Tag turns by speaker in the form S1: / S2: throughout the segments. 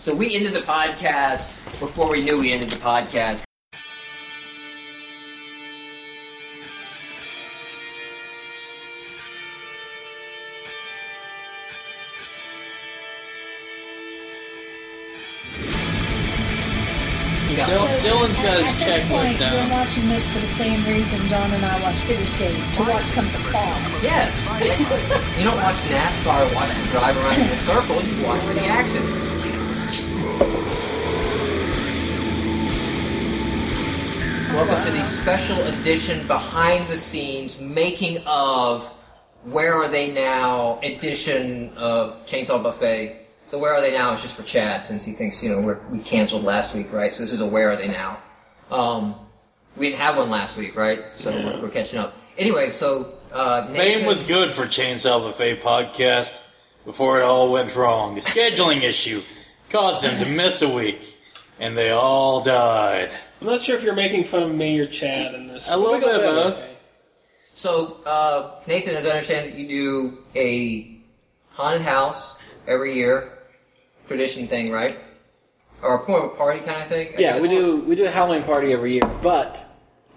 S1: So we ended the podcast before we knew we ended the podcast.
S2: Dylan-
S1: Yeah.
S2: Dylan- Dylan's got his
S3: at this
S2: checklist
S3: point,
S2: down.
S3: We're watching this for the same reason John and I watch figure skating to watch something fall.
S1: Yes. you don't watch NASCAR or watch them drive around in a circle. You watch for the accidents. Welcome to the special edition behind the scenes making of Where Are They Now edition of Chainsaw Buffet. So Where Are They Now is just for Chad since he thinks, you know, we're, we canceled last week, right? So this is a Where Are They Now. Um, we didn't have one last week, right? So we're, we're catching up. Anyway, so uh,
S2: Fame
S1: Nathan-
S2: was good for Chainsaw Buffet podcast before it all went wrong. The scheduling issue caused them to miss a week, and they all died.
S4: I'm not sure if you're making fun of me or Chad in this.
S2: A little
S4: We got
S2: bit of
S4: that
S2: both.
S4: way.
S1: So, uh, Nathan, as I understand it, you do a haunted house every year, tradition thing, right? Or a point of party kind of thing? I
S5: Yeah,
S1: guess.
S5: we do we do a Halloween party every year, but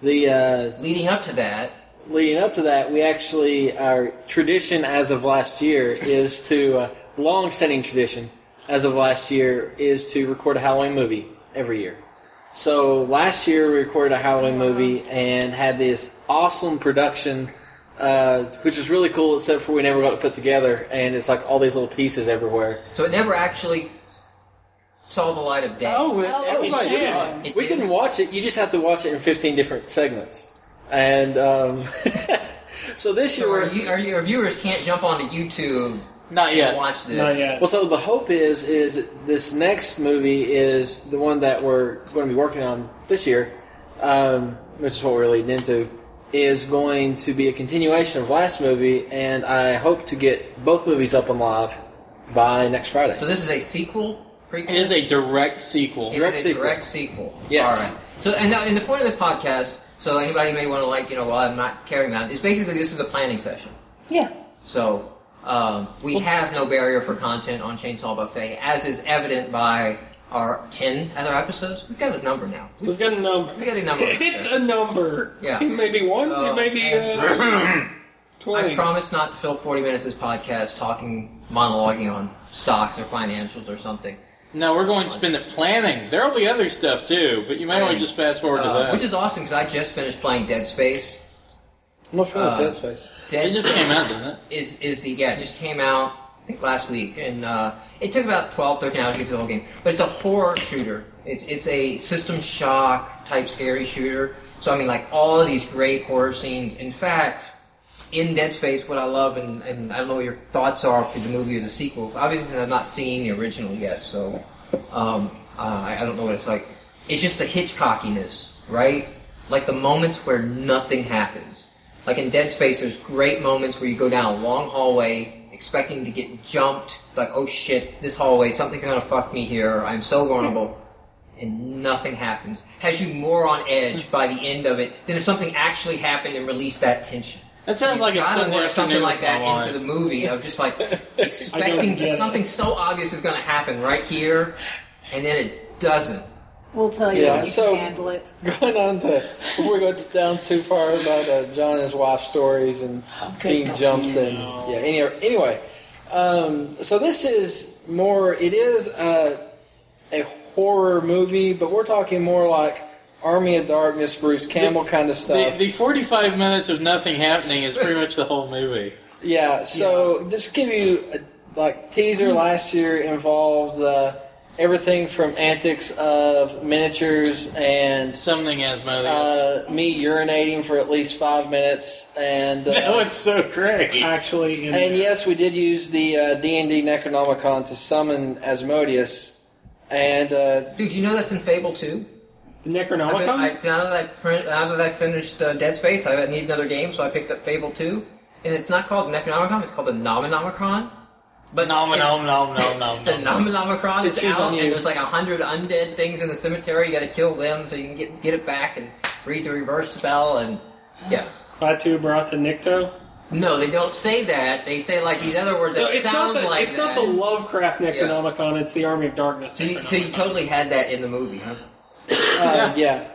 S5: the uh,
S1: Leading up to that,
S5: leading up to that, we actually our tradition as of last year is to uh, long-standing tradition as of last year is to record a Halloween movie every year. So last year we recorded a Halloween movie and had this awesome production, uh, which was really cool, except for we never got to put together, and it's like all these little pieces everywhere.
S1: so it never actually saw the light of day.
S5: Oh,
S2: was
S5: everybody
S2: sad.
S5: We can watch it. You just have to watch it in 15 different segments. And um, so this year,
S1: So our,
S5: we're,
S1: you, our, our viewers can't jump onto YouTube
S2: Not
S1: and
S2: yet.
S1: watch this.
S4: Not yet.
S5: well, so the hope is is this next movie is the one that we're going to be working on this year, um, which is what we're leading into, is going to be a continuation of last movie, and I hope to get both movies up and live by next Friday.
S1: So this is a sequel? Prequel?
S2: It is a direct sequel.
S1: It
S5: Direct
S1: is a
S5: sequel.
S1: Direct sequel.
S5: Yes.
S1: All right. So, and, now- and the point of this podcast, so anybody may want to like, you know, while I'm not carrying that, is basically this is a planning session.
S3: Yeah.
S1: So um, we have no barrier for content on Chainsaw Buffet, as is evident by our ten other episodes. We've got a number now.
S4: We've got a number.
S1: We've got a number.
S4: It's a number.
S1: Yeah.
S4: It may be one.
S1: Oh,
S4: it may be
S1: man.
S4: uh,
S1: I
S4: twenty.
S1: promise not to fill forty minutes of this podcast talking monologuing on stocks or financials or something,
S2: No, we're going to spend it planning. There will be other stuff too, but you might want to just fast forward
S1: Uh,
S2: to
S1: which
S2: that.
S1: is awesome because I just finished playing Dead Space.
S5: I'm not familiar
S1: Uh,
S5: with Dead Space.
S1: Dead
S2: It just came out, didn't it?
S1: is is the yeah it just came out I think last week and uh, it took about 12 13 hours to get through the whole game but it's a horror shooter it's it's a system shock type scary shooter so I mean like all of these great horror scenes in fact in Dead Space what I love and, and I don't know what your thoughts are for the movie or the sequel obviously I've not seen the original yet so um, uh, I, I don't know what it's like it's just the Hitchcockiness right like the moments where nothing happens like in Dead Space, there's great moments where you go down a long hallway expecting to get jumped. Like, oh shit, this hallway, something's gonna fuck me here. I'm so vulnerable. And nothing happens. Has you more on edge by the end of it than if something actually happened and released that tension.
S2: That sounds
S1: You've
S2: like a
S1: gotta
S2: Sunday
S1: work something
S2: afternoon
S1: like
S2: with
S1: that
S2: my
S1: into
S2: wife.
S1: the movie of just like expecting
S4: get it.
S1: something so obvious is gonna happen right here, and then it doesn't.
S6: We'll tell you
S5: Yeah,
S6: when you
S5: so-
S6: can handle it.
S5: going on to before we go down too far about uh, John and his wife's stories and being jumped and yeah. Any, anyway, um, so this is more. It is uh, a horror movie, but we're talking more like Army of Darkness, Bruce Campbell kind of
S2: The,
S5: stuff.
S2: the 45 minutes of nothing happening is pretty much the whole movie.
S5: yeah. So just give you a like
S2: Mm-hmm.
S5: teaser. Last year involved uh, everything from antics of miniatures and.
S2: Something Asmodeus.
S5: Uh, me urinating for at least five minutes, and uh,
S2: that was so great.
S4: Actually, in
S5: And yes, we did use the uh, D&D Necronomicon to summon Asmodeus, and uh,
S1: Dude, you know that's in Fable too. I've
S4: Necronomicon.
S1: been- I, now that I print, now that I finished uh, Dead Space, I need another game, so I picked up Fable Two, and it's not called Necronomicon; it's called the Nominomicon. But
S2: Nom
S1: it's-
S2: nom nom nom nom.
S1: The Nominomicon
S5: It
S1: is
S5: chews
S1: out,
S5: on
S1: and
S5: you.
S1: there's like a hundred undead things in the cemetery. You got to kill them so you can get get it back and read the reverse spell. And yeah,
S4: Klaatu brought to Nikto.
S1: No, they don't say that. They say like these other words
S4: No,
S1: that
S4: it's not
S1: sound
S4: the
S1: like
S4: it's
S1: that.
S4: not the Lovecraft Necronomicon. It's the Army of Darkness.
S1: so, you, so you
S4: Necronomicon.
S1: totally had that in the movie, huh?
S5: Uh, yeah.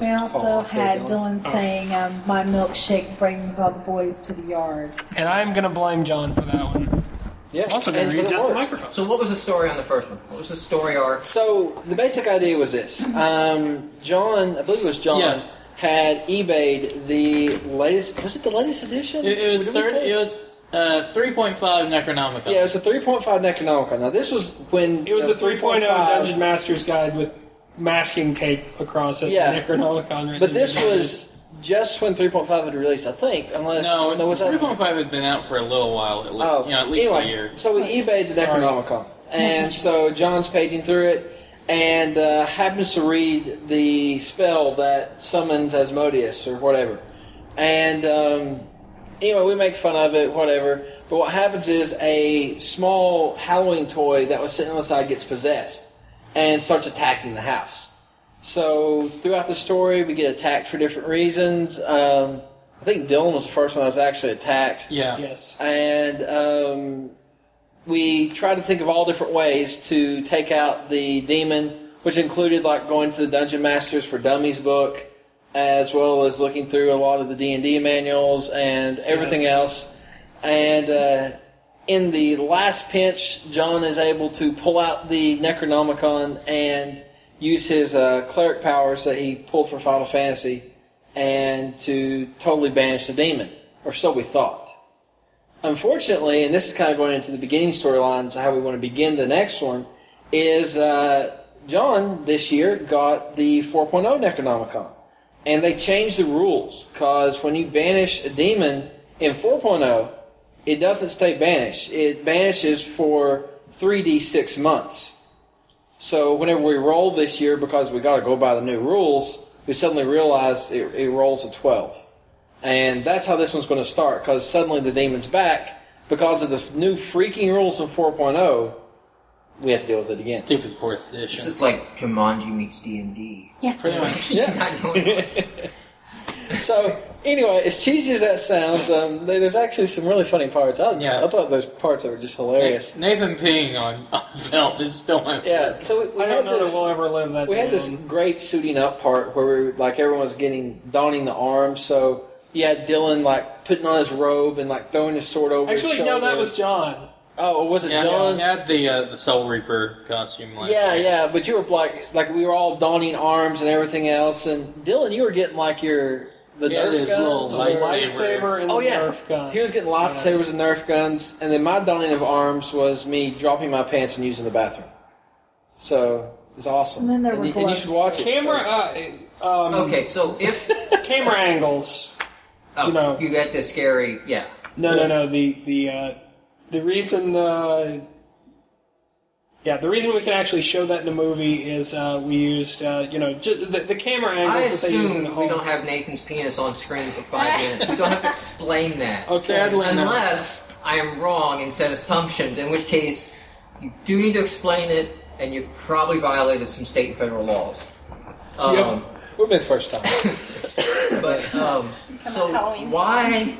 S3: We also had Dylan saying, um, "My milkshake brings all the boys to the yard."
S4: and I'm gonna blame John for that one.
S5: Yeah.
S4: I'm also gonna
S5: and it's gonna
S4: readjust the
S5: work.
S4: microphone.
S1: So what was the story on the first one? What was the story arc?
S5: So the basic idea was this: um, John, I believe it was John,
S2: Yeah.
S5: had eBayed the latest. Was it the latest edition?
S2: It, it was
S5: Did we
S2: third.
S5: play
S2: It was uh, three point five Necronomicon.
S5: Yeah, it was a 3.5 Necronomicon. Now this was when
S4: It was
S5: uh,
S4: a 3.0 Dungeon Master's Guide with masking tape across it.
S5: Yeah.
S4: Necronomicon. written
S5: But this
S4: in it.
S5: was just when 3.5 had released, I think. Unless
S2: No,
S5: uh, no, was that?
S2: three point five had been out for a little while. At least,
S5: Oh,
S2: you know, at least
S5: anyway,
S2: a year.
S5: So we eBayed the
S4: Sorry.
S5: Necronomicon, and so John's paging through it, and uh, happens to read the spell that summons Asmodeus or whatever, and um, anyway, we make fun of it, whatever. But what happens is a small Halloween toy that was sitting on the side gets possessed and starts attacking the house. So throughout the story, we get attacked for different reasons. Um, I think Dylan was the first one that was actually attacked
S2: Yeah.
S4: yes.
S5: and um, we tried to think of all different ways to take out the demon, which included like going to the Dungeon Masters for Dummies book, as well as looking through a lot of the D and D manuals and everything
S4: Yes.
S5: else. And uh, in the last pinch, John is able to pull out the Necronomicon and use his uh, cleric powers that he pulled from Final Fantasy, and to totally banish the demon, or so we thought unfortunately, and this is kind of going into the beginning storylines, how we want to begin the next one, is uh, John this year got the 4.0 Necronomicon. And they changed the rules because when you banish a demon in 4.0, it doesn't stay banished. It banishes for 3d6 months. So whenever we roll this year, because we got to go by the new rules, we suddenly realize it, it rolls a 12. And that's how this one's going to start because suddenly the demon's back because of the f- new freaking rules in 4.0. oh, We have to deal with it again.
S2: Stupid fourth
S1: This
S2: edition.
S1: is like Jumanji meets D and D.
S2: Pretty much.
S5: So, anyway, as cheesy as that sounds, um, there- there's actually some really funny parts. I,
S2: Yeah.
S5: I thought those parts that were just hilarious.
S2: Nathan Ping on, on film is still my
S5: Yeah, so we, we
S4: I
S5: had
S4: don't know
S5: this.
S4: that we'll ever live that
S5: we had
S4: down.
S2: Um,
S5: this great suiting up part where we were, like everyone's getting donning the arms. So you had Dylan like putting on his robe and like throwing his sword over. his
S4: Actually, no,
S5: shoulder.
S4: that was John.
S5: Oh, was it
S2: Yeah,
S5: John?
S2: he had the uh, the Soul Reaper costume. Like,
S5: Yeah, yeah, but you were like, like we were all donning arms and everything else, and Dylan, you were getting like your the
S2: Yeah,
S5: Nerf
S2: his little
S5: guns. or-
S2: Lightsaber.
S4: Lightsaber and
S5: oh
S4: the
S5: yeah,
S4: Nerf gun.
S5: he was getting lightsabers
S4: Yes.
S5: and Nerf guns, and then my donning of arms was me dropping my pants and using the bathroom. So it's awesome.
S3: And then there were
S5: you, and you
S3: gloves.
S5: should watch it.
S4: camera. Uh, um,
S1: okay, so if
S4: Camera angles.
S1: oh,
S4: You
S1: you,
S4: know.
S1: get the scary, yeah,
S4: No, no, no. The the uh, the reason uh, yeah, the reason we can actually show that in the movie is uh, we used uh, you know ju- the, the camera
S1: I
S4: angles that they use in
S1: assume
S4: the
S1: we
S4: whole.
S1: don't have Nathan's penis on screen for five minutes. We don't have to explain that.
S4: Okay.
S2: Sadly, no.
S1: Unless I am wrong and said assumptions, in which case you do need to explain it, and you've probably violated some state and federal laws. Um,
S5: Yep, would have been the first time.
S1: But um,
S3: on,
S1: so
S3: Halloween.
S1: why,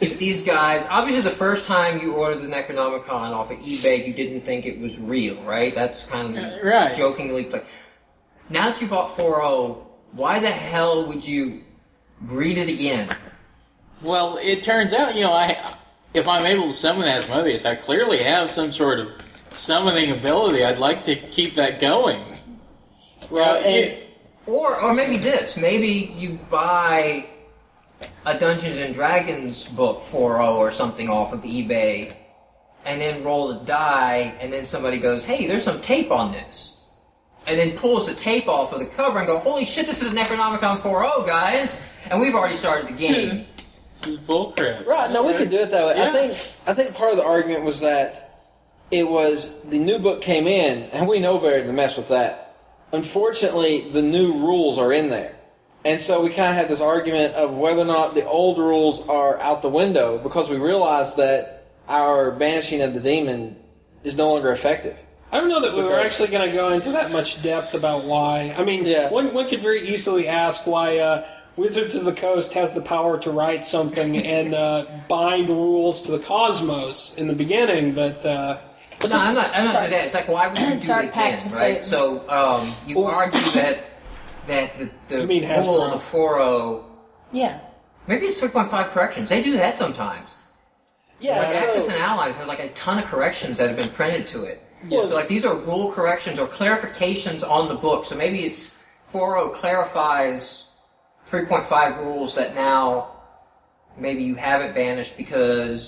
S1: if these guys obviously the first time you ordered the Necronomicon off of eBay, you didn't think it was real, right? That's kind of
S2: Uh, right.
S1: jokingly played. Now that you bought 4.0, why the hell would you read it again?
S2: Well, it turns out, you know, I if I'm able to summon Asmodeus, I clearly have some sort of summoning ability. I'd like to keep that going.
S5: well, and
S2: it-
S1: Or or maybe this, maybe you buy a Dungeons and Dragons book 4.0 or something off of eBay, and then roll the die, and then somebody goes, "Hey, there's some tape on this," and then pulls the tape off of the cover and go, "Holy shit, this is a Necronomicon 4.0, guys!" And we've already started the
S3: Hmm.
S1: game.
S2: this is bullcrap.
S5: Right, no, we could do it that way. I
S2: Yeah.
S5: think I think part of the argument was that it was the new book came in, and we know better than to mess with that. Unfortunately, the new rules are in there. And so we kind of had this argument of whether or not the old rules are out the window because we realized that our banishing of the demon is no longer effective.
S4: I don't know that we were
S5: Because-
S4: actually going to go into that much depth about why. I mean,
S5: Yeah.
S4: one one could very easily ask why uh, Wizards of the Coast has the power to write something and uh, bind rules to the cosmos in the beginning that. Uh,
S1: No, I'm not. I'm not doing that. It's like why would you do
S3: Dark
S1: it
S3: Pact
S1: again,
S3: was
S1: right?
S3: Satan.
S1: So um, you
S4: Well-
S1: argue that that the, the
S4: You mean
S1: rule of
S4: Hasbro.
S1: the 4.0
S3: Yeah.
S1: maybe it's 3.5 corrections. They do that sometimes.
S5: Yeah,
S1: Like Axis
S5: so-
S1: and Allies has like a ton of corrections that have been printed to it. So like these are rule corrections or clarifications on the book. So maybe it's 4.0 clarifies 3.5 rules that now maybe you haven't banished because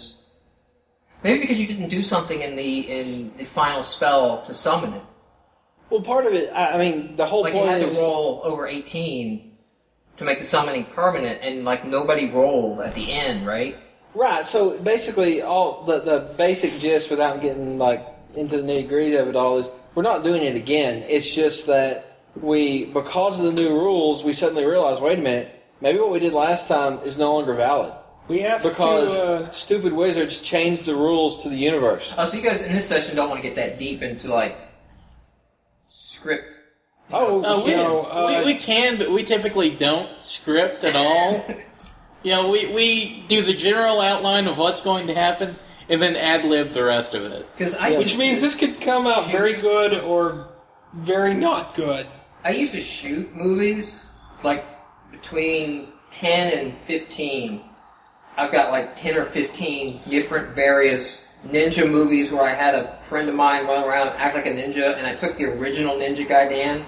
S1: maybe because you didn't do something in the in the final spell to summon it.
S5: well, part of it, I, I mean, the whole
S1: Like you
S5: point
S1: had
S5: is.
S1: to roll over 18 to make the summoning permanent, and like nobody rolled at the end, right?
S5: Right. So basically, all the, the basic gist, without getting like into the nitty gritty of it all, is we're not doing it again. It's just that we, because of the new rules, we suddenly realize, wait a minute, maybe what we did last time is no longer valid
S4: we have
S5: because
S4: to. Uh,
S5: stupid wizards changed the rules to the universe.
S1: Oh, so you guys in this session don't want to get that deep into like script.
S5: Oh,
S2: No, we,
S5: you know,
S4: uh,
S2: we, we can, but we typically don't script at all. you know, we, we do the general outline of what's going to happen and then ad lib the rest of it.
S1: Because I
S4: which means this could come out very good or very not good.
S1: I used to shoot movies like between 10 and 15. I've got like 10 or 15 different various ninja movies where I had a friend of mine run around and act like a ninja, and I took the original Ninja Gaiden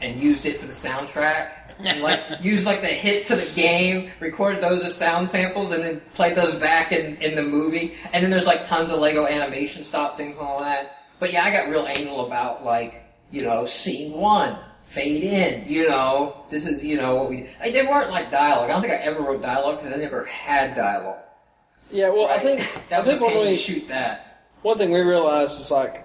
S1: and used it for the soundtrack. And like used like the hits of the game, recorded those as sound samples, and then played those back in, in the movie. And then there's like tons of Lego animation stop things and all that. But yeah, I got real anal about like you know scene one fade in. You know this is you know what we. I, they weren't like dialogue. I don't think I ever wrote dialogue because I never had dialogue.
S5: yeah. Well, I
S1: Right.
S5: think
S1: that
S5: I
S1: was
S5: think
S1: a
S5: when
S1: pain
S5: we
S1: to shoot that.
S5: one thing we realized is like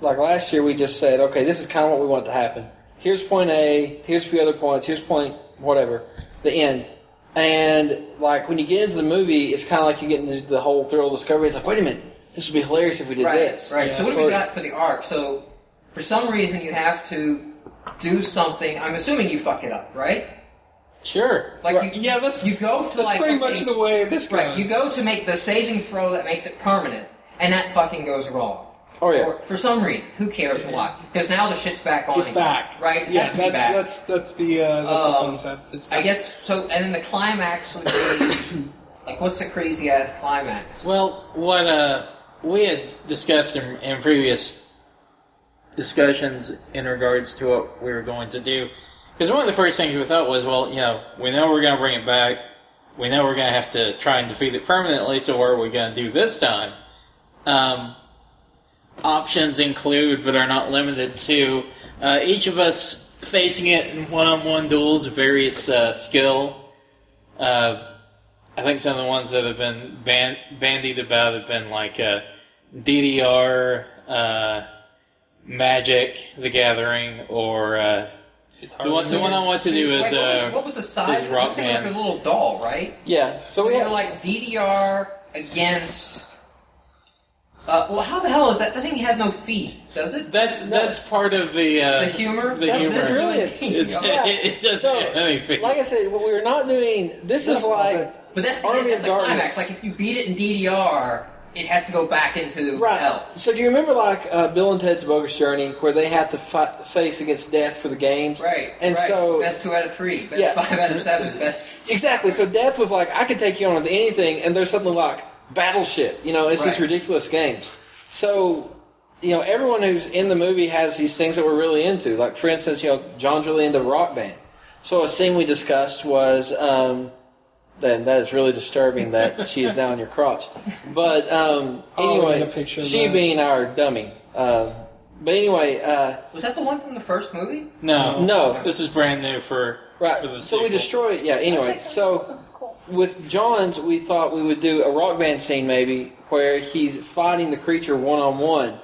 S5: like last year we just said okay this is kind of what we want to happen here's point a here's a few other points here's point whatever the end and like when you get into the movie it's kind of like you get into the whole thrill of discovery it's like wait a minute this would be hilarious if we did
S1: Right,
S5: this
S1: right. So
S4: Yeah.
S1: what do we
S5: Or-
S1: got for the arc? So for some reason you have to do something. I'm assuming you fuck it up, right?
S5: sure
S1: Like
S5: Right.
S1: you,
S4: Yeah, that's
S1: you go to
S4: that's
S1: like
S4: pretty
S1: a-
S4: much the way this goes.
S1: right. You go to make the saving throw that makes it permanent, and that fucking goes wrong.
S5: oh yeah
S1: Or, for some reason, who cares why? Because now the shit's back on.
S4: it's
S1: again,
S4: back,
S1: right? It
S4: Yeah,
S1: has to be
S4: that's
S1: back.
S4: that's that's the uh, that's the
S1: Um,
S4: concept. It's back.
S1: I guess so. And then the climax would be like, what's a crazy ass climax?
S2: Well, what uh, we had discussed in, in previous discussions in regards to what we were going to do, because one of the first things we thought was, well, you know, we know we're going to bring it back. We know we're going to have to try and defeat it permanently. So what are we going to do this time? Um, options include, but are not limited to, uh, each of us facing it in one-on-one duels of various uh, skill. Uh, I think some of the ones that have been ban- bandied about have been like uh, DDR, uh, Magic, The Gathering, or uh, the one the one I want to do
S1: Wait, what,
S2: is
S1: was,
S2: uh,
S1: what was the size?
S2: is
S1: It looks like
S2: Rockman.
S1: a little doll, right?
S5: yeah so,
S1: So
S5: we
S1: we
S5: have
S1: were like DDR against. Uh, well, how the hell is that? That thing has no feet, does it?
S2: that's that's part of the uh,
S1: the humor.
S2: The
S5: That's-
S2: humor.
S5: that's really it.
S2: It's,
S5: Yeah.
S2: it, it doesn't
S5: So,
S2: have any feet.
S5: like I said, what we were not doing. This is
S4: No,
S5: like
S1: But that's the,
S5: Army
S1: that's
S5: of
S1: the
S5: Darkness.
S1: climax. Like if you beat it in DDR, it has to go back into
S5: Right.
S1: hell.
S5: So do you remember like uh, Bill and Ted's Bogus Journey, where they had to fight, face against death for the games?
S1: Right.
S5: And
S1: right.
S5: so
S1: best two out of three, best
S5: Yeah.
S1: five out of seven, best.
S5: exactly. So death was like I could take you on with anything, and there's something like Battleship. You know, it's these
S1: Right.
S5: ridiculous games. So you know, everyone who's in the movie has these things that we're really into. Like for instance, you know, John's really into Rock Band. So a scene we discussed was. Um, then that is really disturbing that she is now in your crotch. But um,
S4: Oh, we
S5: anyway,
S4: had a picture of
S5: she
S4: that.
S5: being our dummy. Uh, but anyway, uh,
S1: Was that the one from the first movie?
S2: no,
S5: No.
S2: this is brand new for Oh, For the
S5: right. So we
S2: sequel.
S5: destroy it. Yeah. Anyway, so
S3: That's cool.
S5: with John's, we thought we would do a rock band scene maybe where he's fighting the creature one on one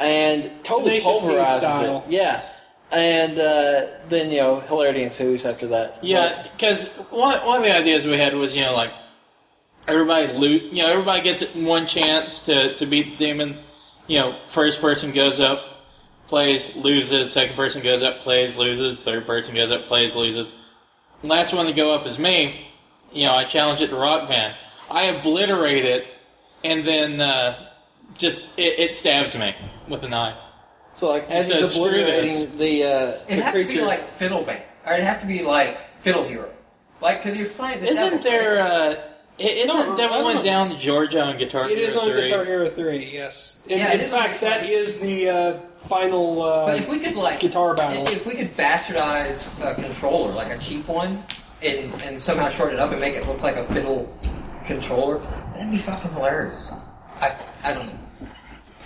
S5: and totally
S4: Tenacious D
S5: pulverizes
S4: style.
S5: it. Yeah. And uh, then, you know, hilarity ensues after that.
S2: Yeah, because one, one of the ideas we had was, you know, like everybody loot, you know, everybody gets one chance to, to beat the demon. You know, first person goes up, plays, loses. Second person goes up, plays, loses. Third person goes up, plays, loses. Last one to go up is me. You know, I challenge it to Rock Band. I obliterate it, and then uh, just it, it stabs me with a knife.
S5: So like as
S2: says,
S5: he's
S2: "Screw
S5: obliterating the uh,
S1: It
S5: the
S1: has to be
S5: creature,
S1: like Fiddle Band, or it have to be like Fiddle Hero, like because you're playing. The devil,
S2: Isn't there?
S1: right?
S2: Uh, i- isn't
S4: No,
S2: that
S4: I
S2: one
S4: don't.
S2: down to Georgia on Guitar
S4: It
S2: Hero
S4: is on
S2: 3?
S4: Guitar Hero 3, yes. In,
S1: Yeah, it
S4: in
S1: is on
S4: fact,
S1: Guitar
S4: that is the uh, final uh,
S1: But if we could like
S4: guitar battle.
S1: if we could bastardize a controller, like a cheap one, and and somehow short it up and make it look like a fiddle controller, that'd be fucking hilarious. I I don't know.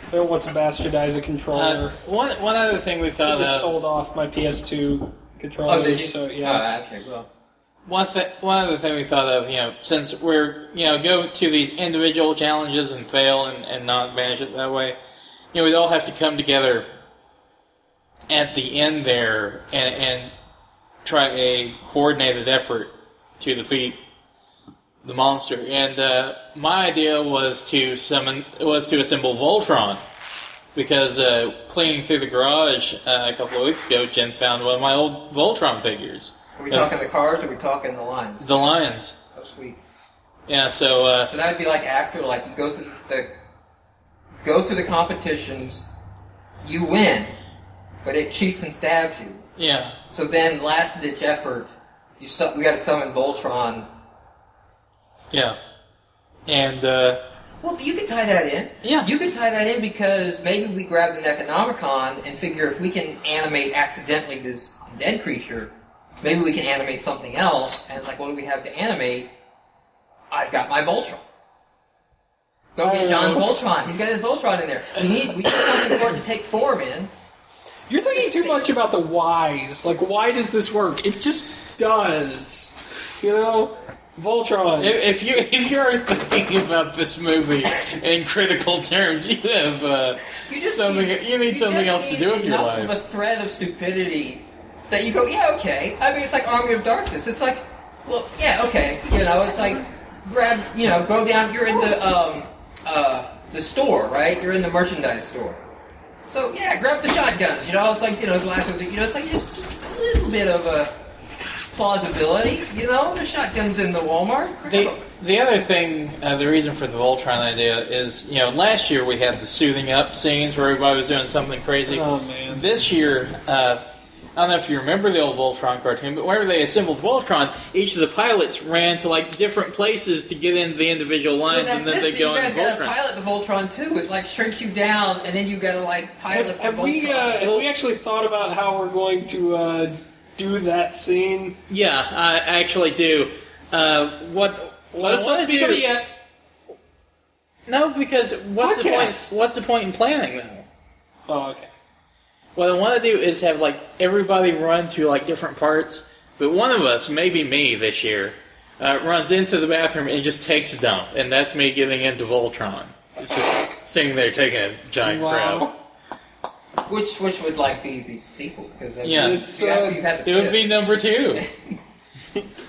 S4: I don't want to bastardize a
S2: Uh,
S4: controller.
S2: one one other thing uh, we
S4: I
S2: thought
S4: just
S2: of.
S4: sold off my PS2 controller,
S1: Oh, did you?
S4: Oh, so
S2: Uh,
S4: yeah.
S1: Oh, okay, well.
S2: One th- one other thing we thought of. You know, since we're you know go to these individual challenges and fail and and not manage it that way. You know, we all have to come together at the end there and and try a coordinated effort to defeat the monster. And uh, my idea was to summon was to assemble Voltron because uh, cleaning through the garage uh, a couple of weeks ago, Jen found one of my old Voltron figures.
S1: Are we
S2: Yeah.
S1: talking the cars or are we talking the lines?
S2: The lions.
S1: Oh, sweet.
S2: Yeah, so uh,
S1: So that'd be like after, like you go through the go through the competitions, you win, but it cheats and stabs you.
S2: yeah,
S1: So then, last ditch effort, you su- we got to summon Voltron.
S2: yeah, and uh,
S1: Well, you could tie that in.
S2: Yeah.
S1: you could tie that in because maybe we grabbed an Necronomicon and figure if we can animate accidentally this dead creature, maybe we can animate something else. And it's like, what do we have to animate? I've got my Voltron. Go
S4: I
S1: get
S4: don't
S1: John's
S4: know.
S1: Voltron. He's got his Voltron in there. We need we need something for it to take form in.
S4: You're thinking too much about the whys. Like, why does this work? It just does. You know? Voltron.
S2: if, if you if you are thinking about this movie in critical terms, you have uh,
S1: You just
S2: something
S1: need,
S2: you need
S1: you
S2: something
S1: just
S2: else to
S1: need
S2: do with your
S1: enough
S2: life.
S1: Of a thread of stupidity that you go, yeah, okay. I mean, it's like Army of Darkness. It's like, well, yeah, okay. You know, it's like grab, you know, go down. You're in the um uh the store, right? You're in the merchandise store. So yeah, grab the shotguns. You know, it's like you know, glass of you know, it's like just, just a little bit of a plausibility. You know, the shotguns in the Walmart. Grab
S2: The,
S1: 'em.
S2: the other thing, uh, the reason for the Voltron idea is, you know, last year we had the soothing up scenes where everybody was doing something crazy.
S4: Oh, man.
S2: This year, uh, I don't know if you remember the old Voltron cartoon, but whenever they assembled Voltron, each of the pilots ran to like different places to get into the individual lines,
S1: Well,
S2: and
S1: that's
S2: then
S1: it.
S2: they
S1: So
S2: go
S1: you guys
S2: into
S1: gotta
S2: Voltron.
S1: pilot the Voltron too. It like shrinks you down, and then you gotta like pilot
S4: Have,
S1: the
S4: have
S1: Voltron.
S4: we, uh, have we actually thought about how we're going to uh, do that scene?
S2: Yeah, I actually do. Uh, what? What
S4: Let's
S2: I wanna
S4: not speak
S2: do-
S4: of it yet.
S2: No, because what's the point?
S4: Podcast.
S2: What's the point in planning though?
S4: Oh, okay.
S2: What I want to do is have like everybody run to like different parts, but one of us, maybe me this year, uh, runs into the bathroom and just takes a dump, and that's me getting into Voltron. It's just sitting there taking a giant crap.
S4: Wow.
S1: Which which would like be the sequel? Because
S2: Yeah.
S4: It's,
S1: you have,
S4: uh,
S1: to- you have to
S2: It would
S1: pick.
S2: be number two.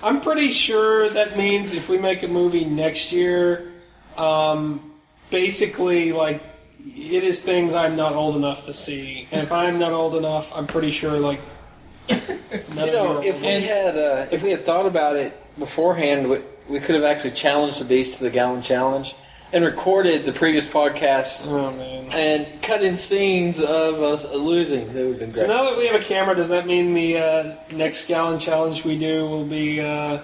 S4: I'm pretty sure that means if we make a movie next year, um, basically, like, it is things I'm not old enough to see. And if I'm not old enough, I'm pretty sure, like, none
S5: you
S4: of
S5: know,
S4: are
S5: if
S4: old
S5: we
S4: enough.
S5: had uh, if we had thought about it beforehand, we, we could have actually challenged the beast to the gallon challenge and recorded the previous podcast
S4: Oh, man.
S5: and cut in scenes of us losing. That would have been great.
S4: So now that we have a camera, does that mean the uh, next gallon challenge we do will be? Uh,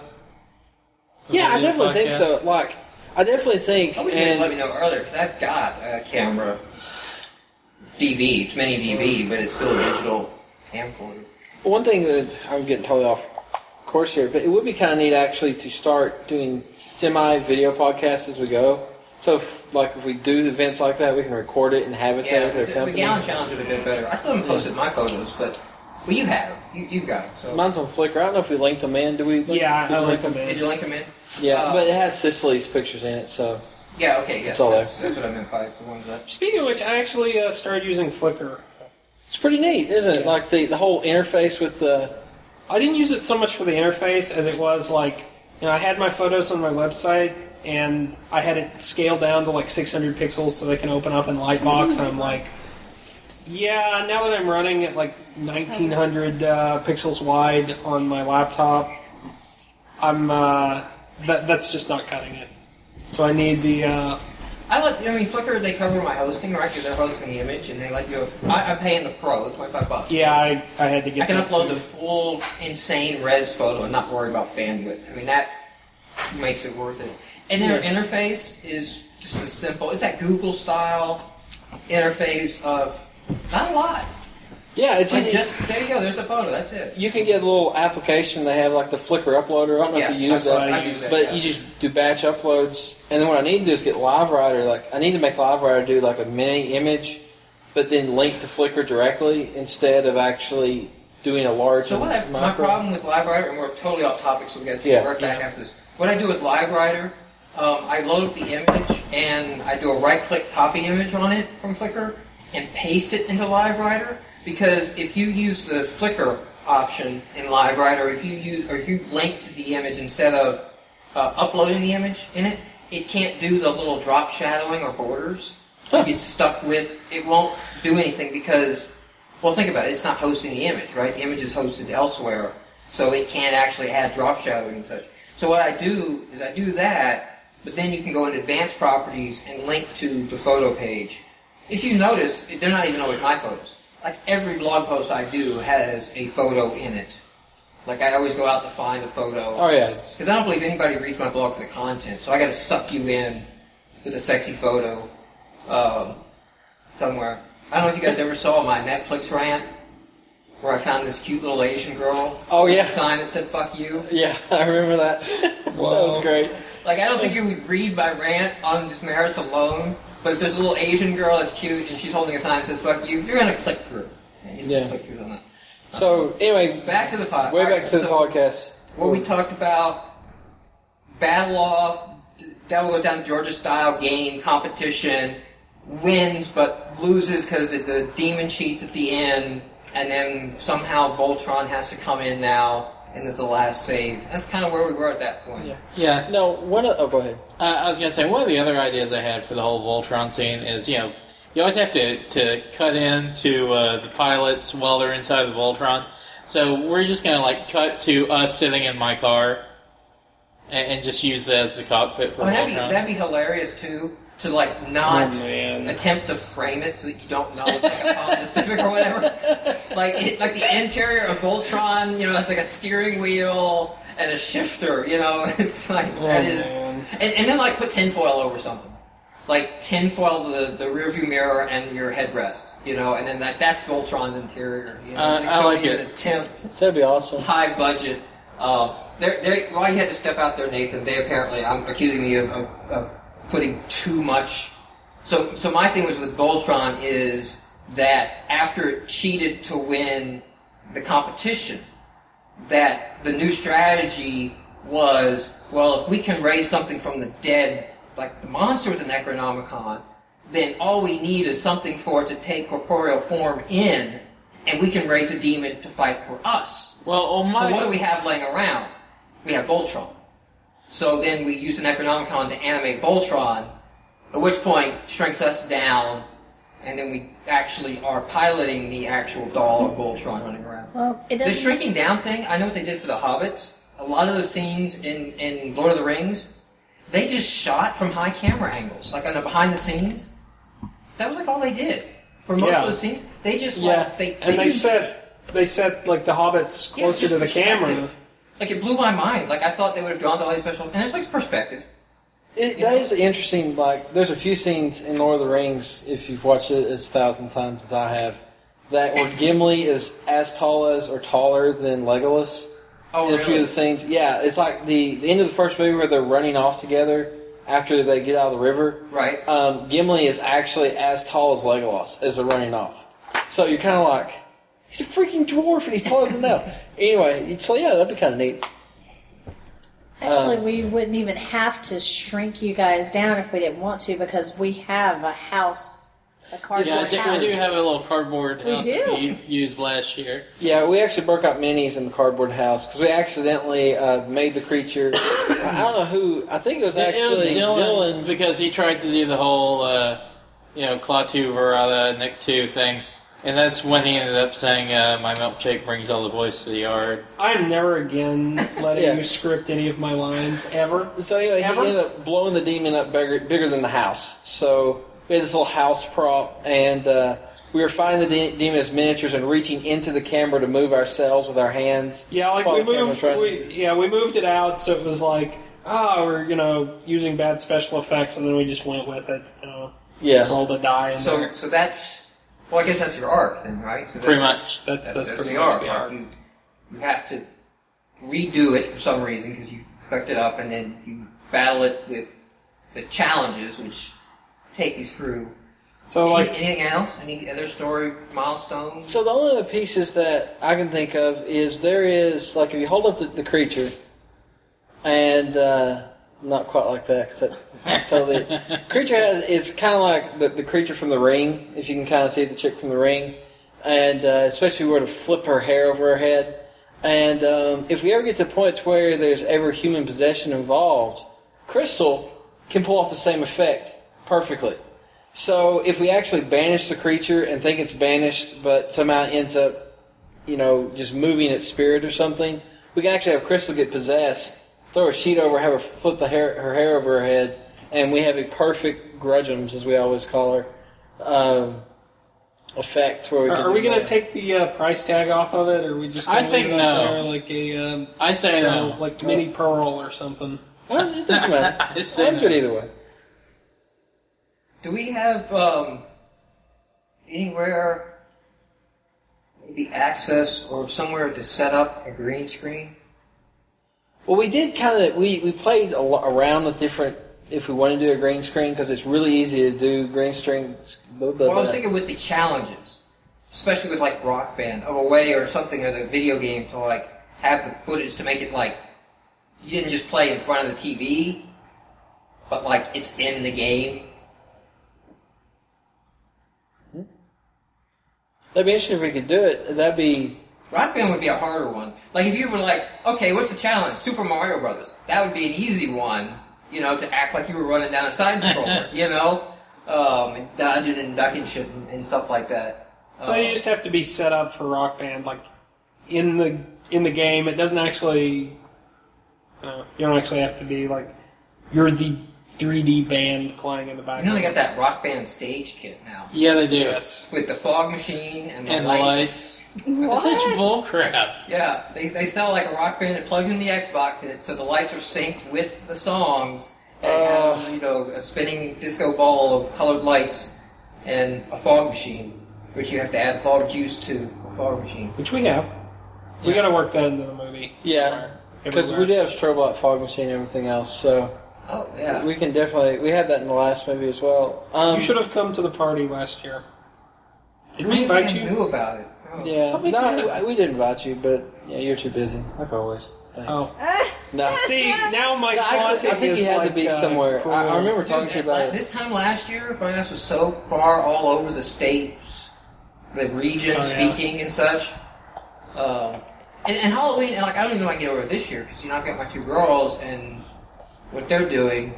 S5: yeah, I
S2: Video
S5: definitely think
S2: podcast.
S5: so. Like, I definitely think.
S1: I wish you had let me know earlier because I've got a camera DV. It's mini DV, but it's still a digital camcorder.
S5: One thing that I'm getting totally off course here, but it would be kind of neat actually to start doing semi video podcasts as we go. So, if, like, if we do events like that, we can record it and have it
S1: Yeah,
S5: there with our
S1: the, the
S5: company.
S1: Gallon Challenge would have been better. I still haven't posted my photos, but well, you have them. You you got them. So
S5: Mine's on Flickr. I don't know if we linked them in. Do we? Link,
S4: yeah, I
S5: did you
S4: like
S5: link
S4: them.
S1: did you link them in?
S5: Yeah,
S1: Uh,
S5: but it has Sicily's pictures in it, so
S1: Yeah. Okay. Yeah.
S5: It's all
S1: that's, that's what I meant by the ones that.
S4: Speaking of which, I actually uh, started using Flickr.
S5: it's pretty neat, isn't it?
S4: Yes.
S5: Like the, the whole interface with the
S4: I didn't use it so much for the interface as it was like, you know, I had my photos on my website and I had it scaled down to like 600 pixels so they can open up in Lightbox. And I'm like, yeah, now that I'm running at like 1900 uh, pixels wide on my laptop, I'm uh, that that's just not cutting it. So I need the uh,
S1: I let I mean Flickr they cover my hosting right because they're hosting the image and they let you. I, I'm paying the pro, it's twenty five bucks.
S4: yeah. I, I had to get.
S1: I can
S4: that
S1: upload
S4: too.
S1: the full insane res photo and not worry about bandwidth. I mean that makes it worth it. And their interface is just as simple. It's that Google style interface of not a lot.
S5: Yeah, it's
S1: Like
S5: easy.
S1: just there you go. There's a photo. That's it.
S5: you can get a little application. They have like the Flickr uploader. I don't know
S1: Yeah,
S5: if you use
S1: that's what
S5: that,
S1: I use that,
S5: but
S1: yeah.
S5: you just do batch uploads. And then what I need to do is get LiveWriter. Like I need to make LiveWriter do like a mini image, but then link to Flickr directly instead of actually doing a large.
S1: So what I, my
S5: micro.
S1: problem with LiveWriter, and we're totally off topic, so we got to take
S5: Yeah.
S1: a right back after this. What I do with LiveWriter, um, I load up the image and I do a right-click copy image on it from Flickr and paste it into LiveWriter because if you use the Flickr option in LiveWriter, if you use or if you link to the image instead of uh, uploading the image in it, it can't do the little drop shadowing or borders. You get stuck with it won't do anything because well, think about it. It's not hosting the image, right? The image is hosted elsewhere, so it can't actually add drop shadowing and such. So what I do is I do that, but then you can go into advanced properties and link to the photo page. If you notice, they're not even always my photos. Like every blog post I do has a photo in it. Like I always go out to find a photo.
S5: Oh yeah, it's-
S1: Because I don't believe anybody reads my blog for the content, so I got to suck you in with a sexy photo um, somewhere. I don't know if you guys ever saw my Netflix rant where I found this cute little Asian girl.
S5: Oh,
S1: with
S5: yeah.
S1: a sign that said "fuck you."
S5: yeah. I remember that. that was great.
S1: Like I don't think you would read my rant on just merits alone, but if there's a little Asian girl that's cute and she's holding a sign that says "fuck you," you're gonna click through.
S5: Yeah.
S1: Click through on that.
S5: So anyway,
S1: Back to the pod.
S5: way
S1: Alright,
S5: back to the
S1: so-
S5: podcast.
S1: Well, we talked about battle off, d- devil go down Georgia style game competition, wins but loses because the demon cheats at the end, and then somehow Voltron has to come in now and is the last save. That's kind of where we were at that point.
S5: Yeah.
S2: Yeah,
S5: No, one. o- Oh, go ahead.
S2: Uh, I was gonna say one of the other ideas I had for the whole Voltron scene is you know you always have to to cut into uh, the pilots while they're inside the Voltron, so we're just gonna like cut to us sitting in my car, and, and just use that as the cockpit for
S1: I mean, Oh, that'd be
S2: Voltron.
S1: that'd be hilarious too to like
S4: Oh
S1: not
S4: man.
S1: attempt to frame it so that you don't know it's like a Honda Pacific or whatever. Like it, like the interior of Voltron, you know, it's like a steering wheel and a shifter. You know, it's like
S4: Oh,
S1: that is,
S4: man.
S1: and, and then like put tinfoil over something, like tinfoil the the rearview mirror and your headrest. You know, and then that that's Voltron's interior. You know,
S2: Uh,
S1: It's
S2: I like
S1: totally an
S2: it.
S1: Attempt
S5: That'd be awesome.
S1: high budget. Uh, they're, they're, well, you had to step out there, Nathan. They apparently, I'm accusing me of, of, of putting too much. So, so my thing was with Voltron is that after it cheated to win the competition, that the new strategy was, well, if we can raise something from the dead, like the monster with the Necronomicon, then all we need is something for it to take corporeal form in, and we can raise a demon to fight for us.
S2: well, oh
S1: So
S2: my,
S1: what do we have laying around? We have Voltron. So then we use an Necronomicon to animate Voltron, at which point shrinks us down, and then we actually are piloting the actual doll of Voltron running around.
S3: Well, it
S1: The
S3: doesn't.
S1: shrinking down thing, I know what they did for the Hobbits. A lot of those scenes in, in Lord of the Rings, they just shot from high camera angles, like on the behind the scenes. That was like all they did for most
S5: Yeah.
S1: of the scenes. They just
S5: Yeah.
S1: like they
S4: And they
S1: just-
S4: set they set like the hobbits
S1: yeah, it's
S4: closer to the
S1: just
S4: camera.
S1: perspective. Like it blew my mind. Like I thought they would have gone to all these special, and it's like perspective.
S5: It, that is interesting. Like, there's a few scenes in Lord of the Rings, if you've watched it as thousand times as I have, that where Gimli is as tall as or taller than Legolas.
S1: Oh,
S5: in a few of
S1: really?
S5: the scenes, yeah, it's like the, the end of the first movie where they're running off together after they get out of the river.
S1: Right.
S5: Um, Gimli is actually as tall as Legolas as they're running off. So you're kind of like, he's a freaking dwarf and he's taller than them. Anyway, so yeah, that'd be kind of neat.
S3: Actually, we wouldn't even have to shrink you guys down if we didn't want to, because we have a house,
S2: yeah,
S3: a
S2: I
S3: cardboard
S2: think
S3: house.
S2: we do have a little cardboard
S3: We
S2: house that
S3: do.
S2: we used last year.
S5: Yeah, we actually broke out minis in the cardboard house because we accidentally uh, made the creature. I don't know who. I think it was
S2: It- it was
S5: actually
S2: Dylan,
S5: Dylan.
S2: because he tried to do the whole uh, you know Claw Two Verada Nick Two thing. And that's when he ended up saying, uh, "My milkshake brings all the boys to the yard."
S4: I'm never again letting
S5: Yeah.
S4: you script any of my lines ever.
S5: So anyway,
S4: Ever?
S5: he ended up blowing the demon up bigger, bigger than the house. So we had this little house prop, and uh, we were finding the de- demon as miniatures and reaching into the camera to move ourselves with our hands.
S4: Yeah, like
S5: while
S4: we
S5: the camera
S4: moved.
S5: tried-
S4: We, yeah, we moved it out, so it was like, ah, we're you know using bad special effects, and then we just went with it. You know,
S5: yeah.
S4: rolled a die, and
S1: So, so that's well, I guess that's your art then, right? So
S2: Pretty
S1: that's-
S2: much.
S4: that,
S1: That's,
S4: that's,
S1: that's
S4: pretty
S1: the
S4: much
S1: art.
S4: the
S1: Like,
S4: art.
S1: You, you have to redo it for some reason because you fucked it up, and then you battle it with the challenges, which take you through.
S4: So
S1: Any-
S4: like,
S1: anything else? Any other story milestones?
S5: So the only other pieces that I can think of is there is like if you hold up the, the creature, and uh, not quite like that. 'cause that- It's totally creature has is kind of like the, the creature from the ring. If you can kind of see the chick from the ring, and uh, especially were to flip her hair over her head. And um, if we ever get to the point where there's ever human possession involved, Crystal can pull off the same effect perfectly. So if we actually banish the creature and think it's banished, but somehow it ends up, you know, just moving its spirit or something, we can actually have Crystal get possessed, throw a sheet over, have her flip the hair, her hair over her head, and we have a perfect grudgems, as we always call her, um, effect where we
S4: are,
S5: can
S4: are
S5: do
S4: we gonna
S5: that.
S4: take the uh, price tag off of it, or are we just? Gonna
S2: I think
S4: leave it
S2: no.
S4: up There, like a um,
S2: I say uh,
S4: you
S2: no.
S4: know, like mini pearl or something.
S5: Well, it doesn't matter.
S2: I say
S5: I'm good
S2: no.
S5: either way.
S1: Do we have um, anywhere maybe access or somewhere to set up a green screen?
S5: Well, we did kind of we, we played a lo- around with different if we want to do a green screen because it's really easy to do green screen. Blah, blah,
S1: Well, I was
S5: blah.
S1: thinking with the challenges, especially with like Rock Band, of a way or something or the video game to like have the footage to make it like you didn't just play in front of the TV, but like it's in the game.
S5: That'd be interesting if we could do it. That'd be
S1: Rock Band would be a harder one. Like if you were like, okay, what's the challenge? Super Mario Brothers. That would be an easy one, you know, to act like you were running down a side scroller, you know, um, and dodging and ducking shit and, and stuff like that.
S4: Well, you just have to be set up for Rock Band, like in the in the game. It doesn't actually. Uh, you don't actually have to be like you're the 3D band playing in the
S1: Um, you know
S4: background.
S1: they got that Rock Band stage kit now
S2: Yeah, they do.
S4: yes.
S1: with the fog machine and the
S2: And the
S1: lights.
S2: lights.
S3: What?
S2: That's such bullcrap.
S1: Yeah, they, they sell like a rock band that plugs in the Xbox in it, so the lights are synced with the songs. And
S5: Oh.
S1: have, you know, a spinning disco ball of colored lights and a fog machine, which you have to add fog juice to a fog machine.
S4: Which we have. We got to work that into the movie.
S5: yeah, because we
S4: Everywhere.
S5: do have strobot, fog machine, and everything else. So
S1: Oh, yeah.
S5: we can definitely we had that in the last movie as well. Um,
S4: You should have come to the party last year. Did
S1: I
S4: we
S1: don't
S4: invite
S1: think I
S4: you?
S1: knew about it. Oh.
S5: Yeah,
S4: Probably
S5: no,
S4: not.
S5: we, we didn't invite you, but yeah, you're too busy like always. Thanks.
S4: Oh,
S5: no.
S4: see now my
S5: No, actually, I
S4: taunting
S5: think
S4: is
S5: he had
S4: like,
S5: to be
S4: uh,
S5: somewhere. I, I
S4: cruel.
S5: remember talking to you
S1: Dude,
S5: about
S1: at-
S5: it.
S1: this time last year, my ass was so far all over the states, the region
S4: Oh, yeah.
S1: speaking and such. Um, and, and Halloween, and like I don't even know if I can get over it this year because you know I've got my two girls and what they're doing.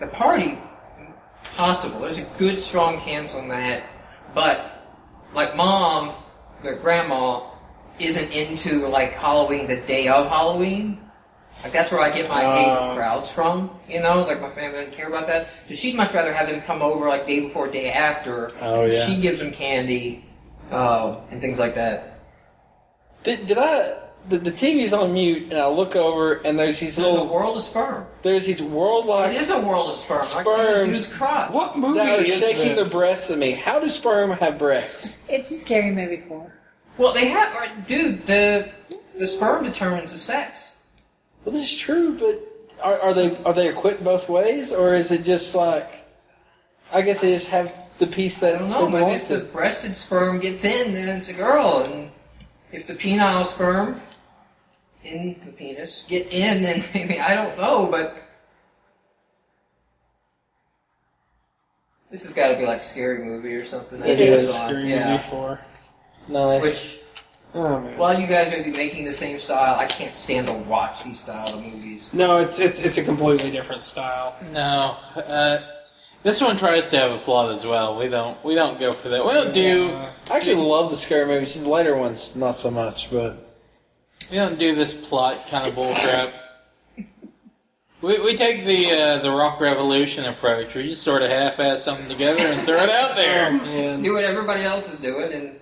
S1: The party, possible. There's a good strong chance on that, but like mom, their grandma isn't into like Halloween the day of Halloween. Like that's where I get my hate of
S4: Uh.
S1: crowds from, you know. Like my family doesn't care about that. So she'd much rather have them come over like day before, day after.
S5: Oh,
S1: and
S5: yeah.
S1: She gives them candy uh, and things like that.
S5: Did, did I? The, the TV's on mute, and I look over, and there's these
S1: There's a
S5: little
S1: world of sperm.
S5: there's these worldwide
S1: It is a world of sperm. Like
S5: Sperms.
S1: dude's crotch.
S4: What movie
S5: that are
S4: is
S5: shaking
S4: this?
S5: the breasts at me. How do sperm have breasts?
S3: It's Scary Movie 4.
S1: Well, they have, or, dude. The the sperm determines the sex.
S5: well, this is true, but are, are they are they equipped both ways, or is it just like? I guess they just have the piece that
S1: I don't know.
S5: they
S1: Maybe
S5: belong
S1: if
S5: to.
S1: the breasted sperm gets in, then it's a girl, and if the penile sperm in the penis get in, then maybe I don't know. But this has got to be like a scary movie or something.
S5: It
S1: I
S5: is.
S1: saw.
S4: Scary
S1: Yeah.
S4: Movie four.
S5: Nice.
S1: Which
S4: Oh man.
S1: while you guys may be making the same style, I can't stand to watch these style of movies.
S4: No, it's it's it's a completely different style.
S2: No. Uh, This one tries to have a plot as well. We don't. We don't go for that. We don't do.
S5: I actually love the scary movies. The later ones, not so much, but
S2: We don't do this plot kind of bullcrap. We, we take the uh, the rock revolution approach. We just sort of half-ass something together and throw it out
S1: Oh,
S2: there.
S5: yeah.
S1: Do what everybody else is doing and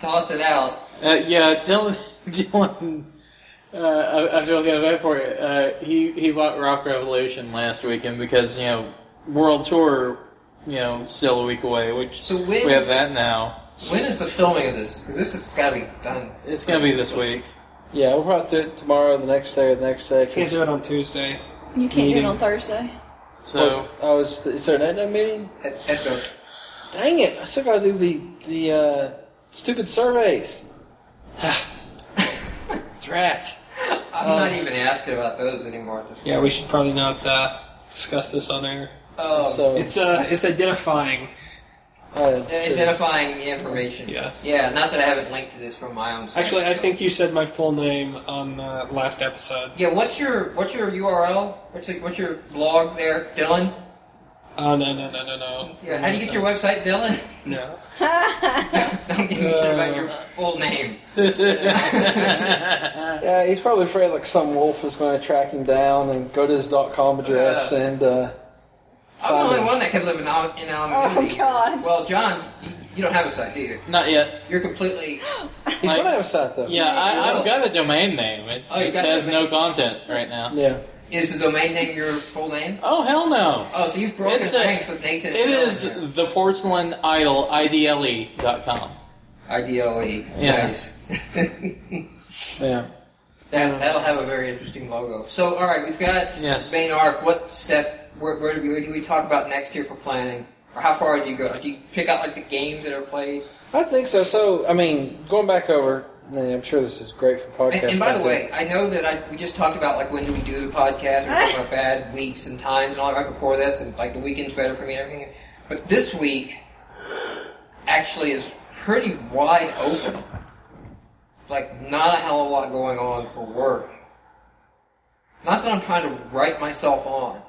S1: toss it out.
S2: Uh, yeah, Dylan. Dylan. Uh, I, I feel good bad for you. Uh, he he bought Rock Revolution last weekend because you know World Tour, you know, still a week away, which
S1: So when
S2: we have that now.
S1: when is the filming of this? Because this has got to be done.
S2: It's gonna be this week.
S5: yeah, we'll probably do it tomorrow, the next day, or the next day. 'cause-
S4: Can't do it on Tuesday.
S6: You can't do it on Thursday.
S2: So
S5: oh, is, is there an night meeting?
S1: At, at the,
S5: Dang it! I still gotta do the the uh, stupid surveys. Drat.
S1: I'm not even asking about those anymore.
S4: Yeah, we should probably not uh, discuss this on air.
S1: Um,
S5: So
S4: It's uh, it's identifying.
S5: uh, it's true.
S1: identifying the information.
S4: Yeah.
S1: Yeah. Not that I haven't linked to this from my own. Site.
S4: Actually, I think you said my full name on the last episode.
S1: Yeah. What's your What's your URL? What's your, What's your blog there, Dylan?
S4: Oh no no no no no.
S1: Yeah. How do you get your website, Dylan?
S4: No.
S1: Don't give me shit about your full name.
S5: Yeah, he's probably afraid like some wolf is going to track him down and go to his dot com address
S1: Yeah.
S5: and uh,
S1: I'm the
S5: Fine.
S1: only one that can live in Al- in Alameda.
S6: Oh God.
S1: Well, John, you, you don't have a site either.
S2: not yet.
S1: You're completely.
S2: Like-
S5: he's going to have a site though.
S2: Yeah, I, I've got a domain name. It
S1: Oh, you
S2: just
S1: got a
S2: has no
S1: domain.
S2: content right now.
S5: Yeah.
S1: Is the domain name your full name?
S2: Oh hell no!
S1: Oh, so you've broken
S2: It's a-
S1: ranks with Nathan. and
S2: It
S1: Dylan
S2: is
S1: here.
S2: the porcelain idol idle E dot com.
S1: Ideally,
S2: Yeah.
S1: nice.
S5: Yeah.
S1: that that'll have a very interesting logo. So, all right, we've got
S2: Yes.
S1: main arc. What step? Where, where, do we, where do we talk about next year for planning? Or how far do you go? Do you pick out like the games that are played?
S5: I think so. So I mean, going back over, and I'm sure this is great for podcast.
S1: And, and by the
S5: content.
S1: way, I know that I, we just talked about like when do we do the podcast? We talked about bad weeks and times and all that right before this, and like the weekend's better for me and everything. But this week actually is pretty wide open. Like not a hell of a lot going on for work. Not that I'm trying to write myself on.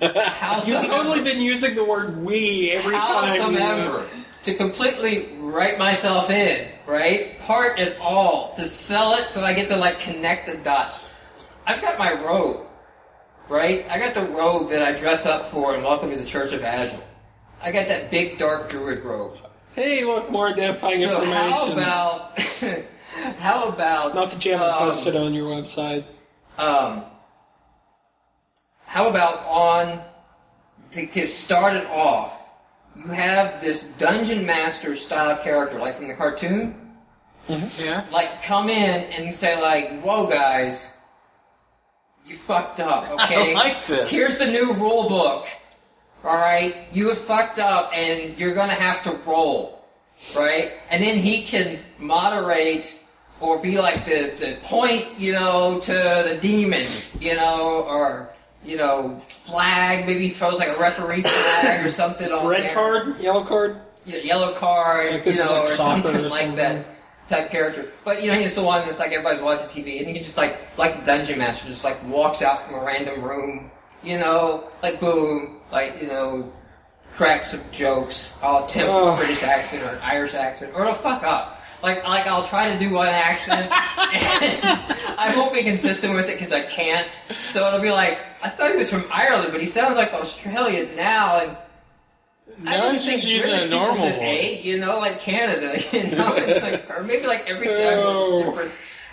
S1: How
S4: You've totally been using the word "we" every time. you-
S1: Howsomever, to completely write myself in, right? Part it all, to sell it so I get to like connect the dots. I've got my robe, right? I got the robe that I dress up for and welcome to the Church of Agile. I got that big dark druid robe.
S4: Hey, look, more identifying
S1: So
S4: information.
S1: how about how about
S4: Not that you haven't
S1: um,
S4: posted on your website.
S1: um, how about on to, to start it off? You have this dungeon master style character, like from the cartoon,
S2: Yeah.
S1: like come in and say like, "Whoa, guys, you fucked up." Okay,
S2: like this.
S1: Here's the new rule book. All right, you have fucked up, and you're gonna have to roll right? And then he can moderate or be like the, the point, you know, to the demon, you know, or, you know, flag, maybe throws like a referee flag or something on
S4: Red
S1: Oh, there.
S4: card, yellow card.
S1: Ye- yellow card,
S4: Like
S1: you
S4: this is
S1: know,
S4: like
S1: or
S4: soccer
S1: something,
S4: or
S1: like
S4: something.
S1: that type character. But, you know, he's the one that's like everybody's watching TV and he can just like, like the dungeon master, just like walks out from a random room, you know, like boom, like, you know, cracks some jokes. I'll attempt
S4: Oh.
S1: a British accent or an Irish accent, or it'll fuck up. Like, like I'll try to do one accent. and I won't be consistent with it because I can't. So it'll be like, I thought he was from Ireland, but he sounds like Australian now. And I
S2: No,
S1: didn't
S2: he's just
S1: think
S2: using
S1: British
S2: a
S1: people
S2: normal
S1: should hate,
S2: voice.
S1: you know, like Canada. You know, it's like, or maybe like every time with a
S4: No.
S1: different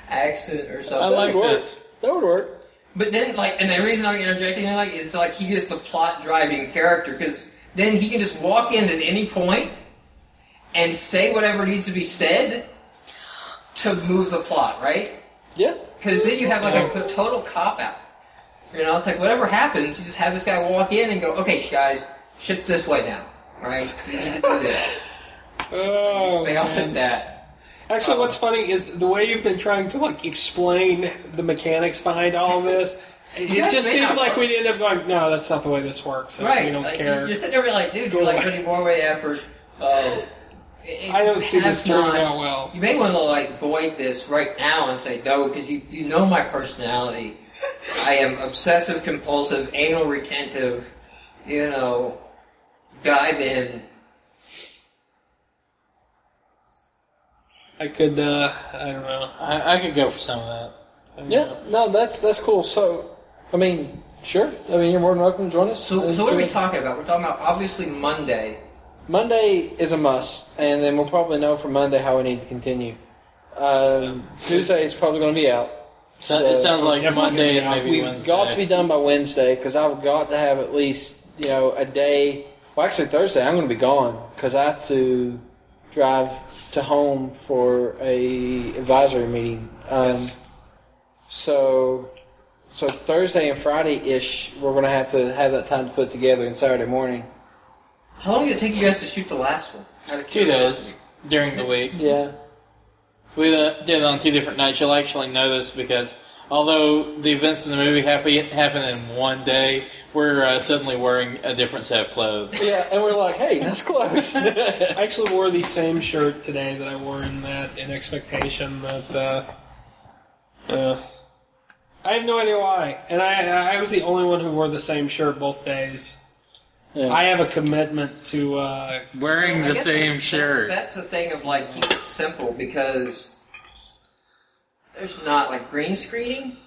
S1: accent or
S2: I
S1: something.
S2: like
S5: That would work.
S2: this.
S5: That would work.
S1: But then, like, and the reason I'm interjecting it, like, is like he is the plot driving character because then he can just walk in at any point and say whatever needs to be said to move the plot, right?
S5: Yeah.
S1: Because then you have like a total cop out. You know, it's like whatever happens, you just have this guy walk in and go, "Okay, guys, shit's this way now, right? You need to do this."
S4: Oh,
S1: They all
S4: man.
S1: said that.
S4: Actually, what's funny is the way you've been trying to like explain the mechanics behind all of this.
S1: You
S4: It
S1: guys
S4: just
S1: may
S4: seems
S1: not-
S4: like we'd end up going, no, that's not the way this works. and
S1: right.
S4: We don't
S1: like,
S4: care.
S1: You're sitting there being like, dude, you're like putting more way effort. Uh, it-
S4: I don't see
S1: have
S4: this turning
S1: not-
S4: out well.
S1: You may want to like void this right now and say no because you, you know my personality. I am obsessive compulsive, anal retentive, you know, dive in.
S4: I could, uh, I don't know.
S2: I, I could go for some of that.
S4: I don't
S5: Yeah,
S4: know.
S5: no, that's that's cool. So, I mean, sure. I mean, you're more than welcome to join us. uh,
S1: So,
S5: And
S1: so what are we talking about? We're talking about obviously Monday.
S5: Monday is a must, and then we'll probably know from Monday how we need to continue. Um, Tuesday is probably going to be out.
S2: So, it sounds like
S4: definitely
S2: Monday and
S4: gonna be
S2: maybe
S5: we've
S2: Wednesday.
S5: got to be done by Wednesday because I've got to have at least you know a day. Well, actually Thursday I'm going to be gone because I have to drive to home for a advisory meeting. Um,
S4: Yes.
S5: So, so Thursday and Friday ish, we're going to have to have that time to put together, and Saturday morning.
S1: How long did it take you guys to shoot the last one? Out of
S2: two days
S1: curiosity.
S2: during the week.
S5: Yeah.
S2: We uh, did it on two different nights. You'll actually know this because although the events in the movie happen, happen in one day, we're uh, suddenly wearing a different set of clothes.
S5: Yeah, and we're like, hey, that's close.
S4: I actually wore the same shirt today that I wore in that in expectation that. Uh, uh, I have no idea why, and I I was the only one who wore the same shirt both days.
S5: Yeah.
S4: I have a commitment to. Uh,
S2: Wearing
S1: I guess that's- That's the thing of like keep it simple because there's not like green screening.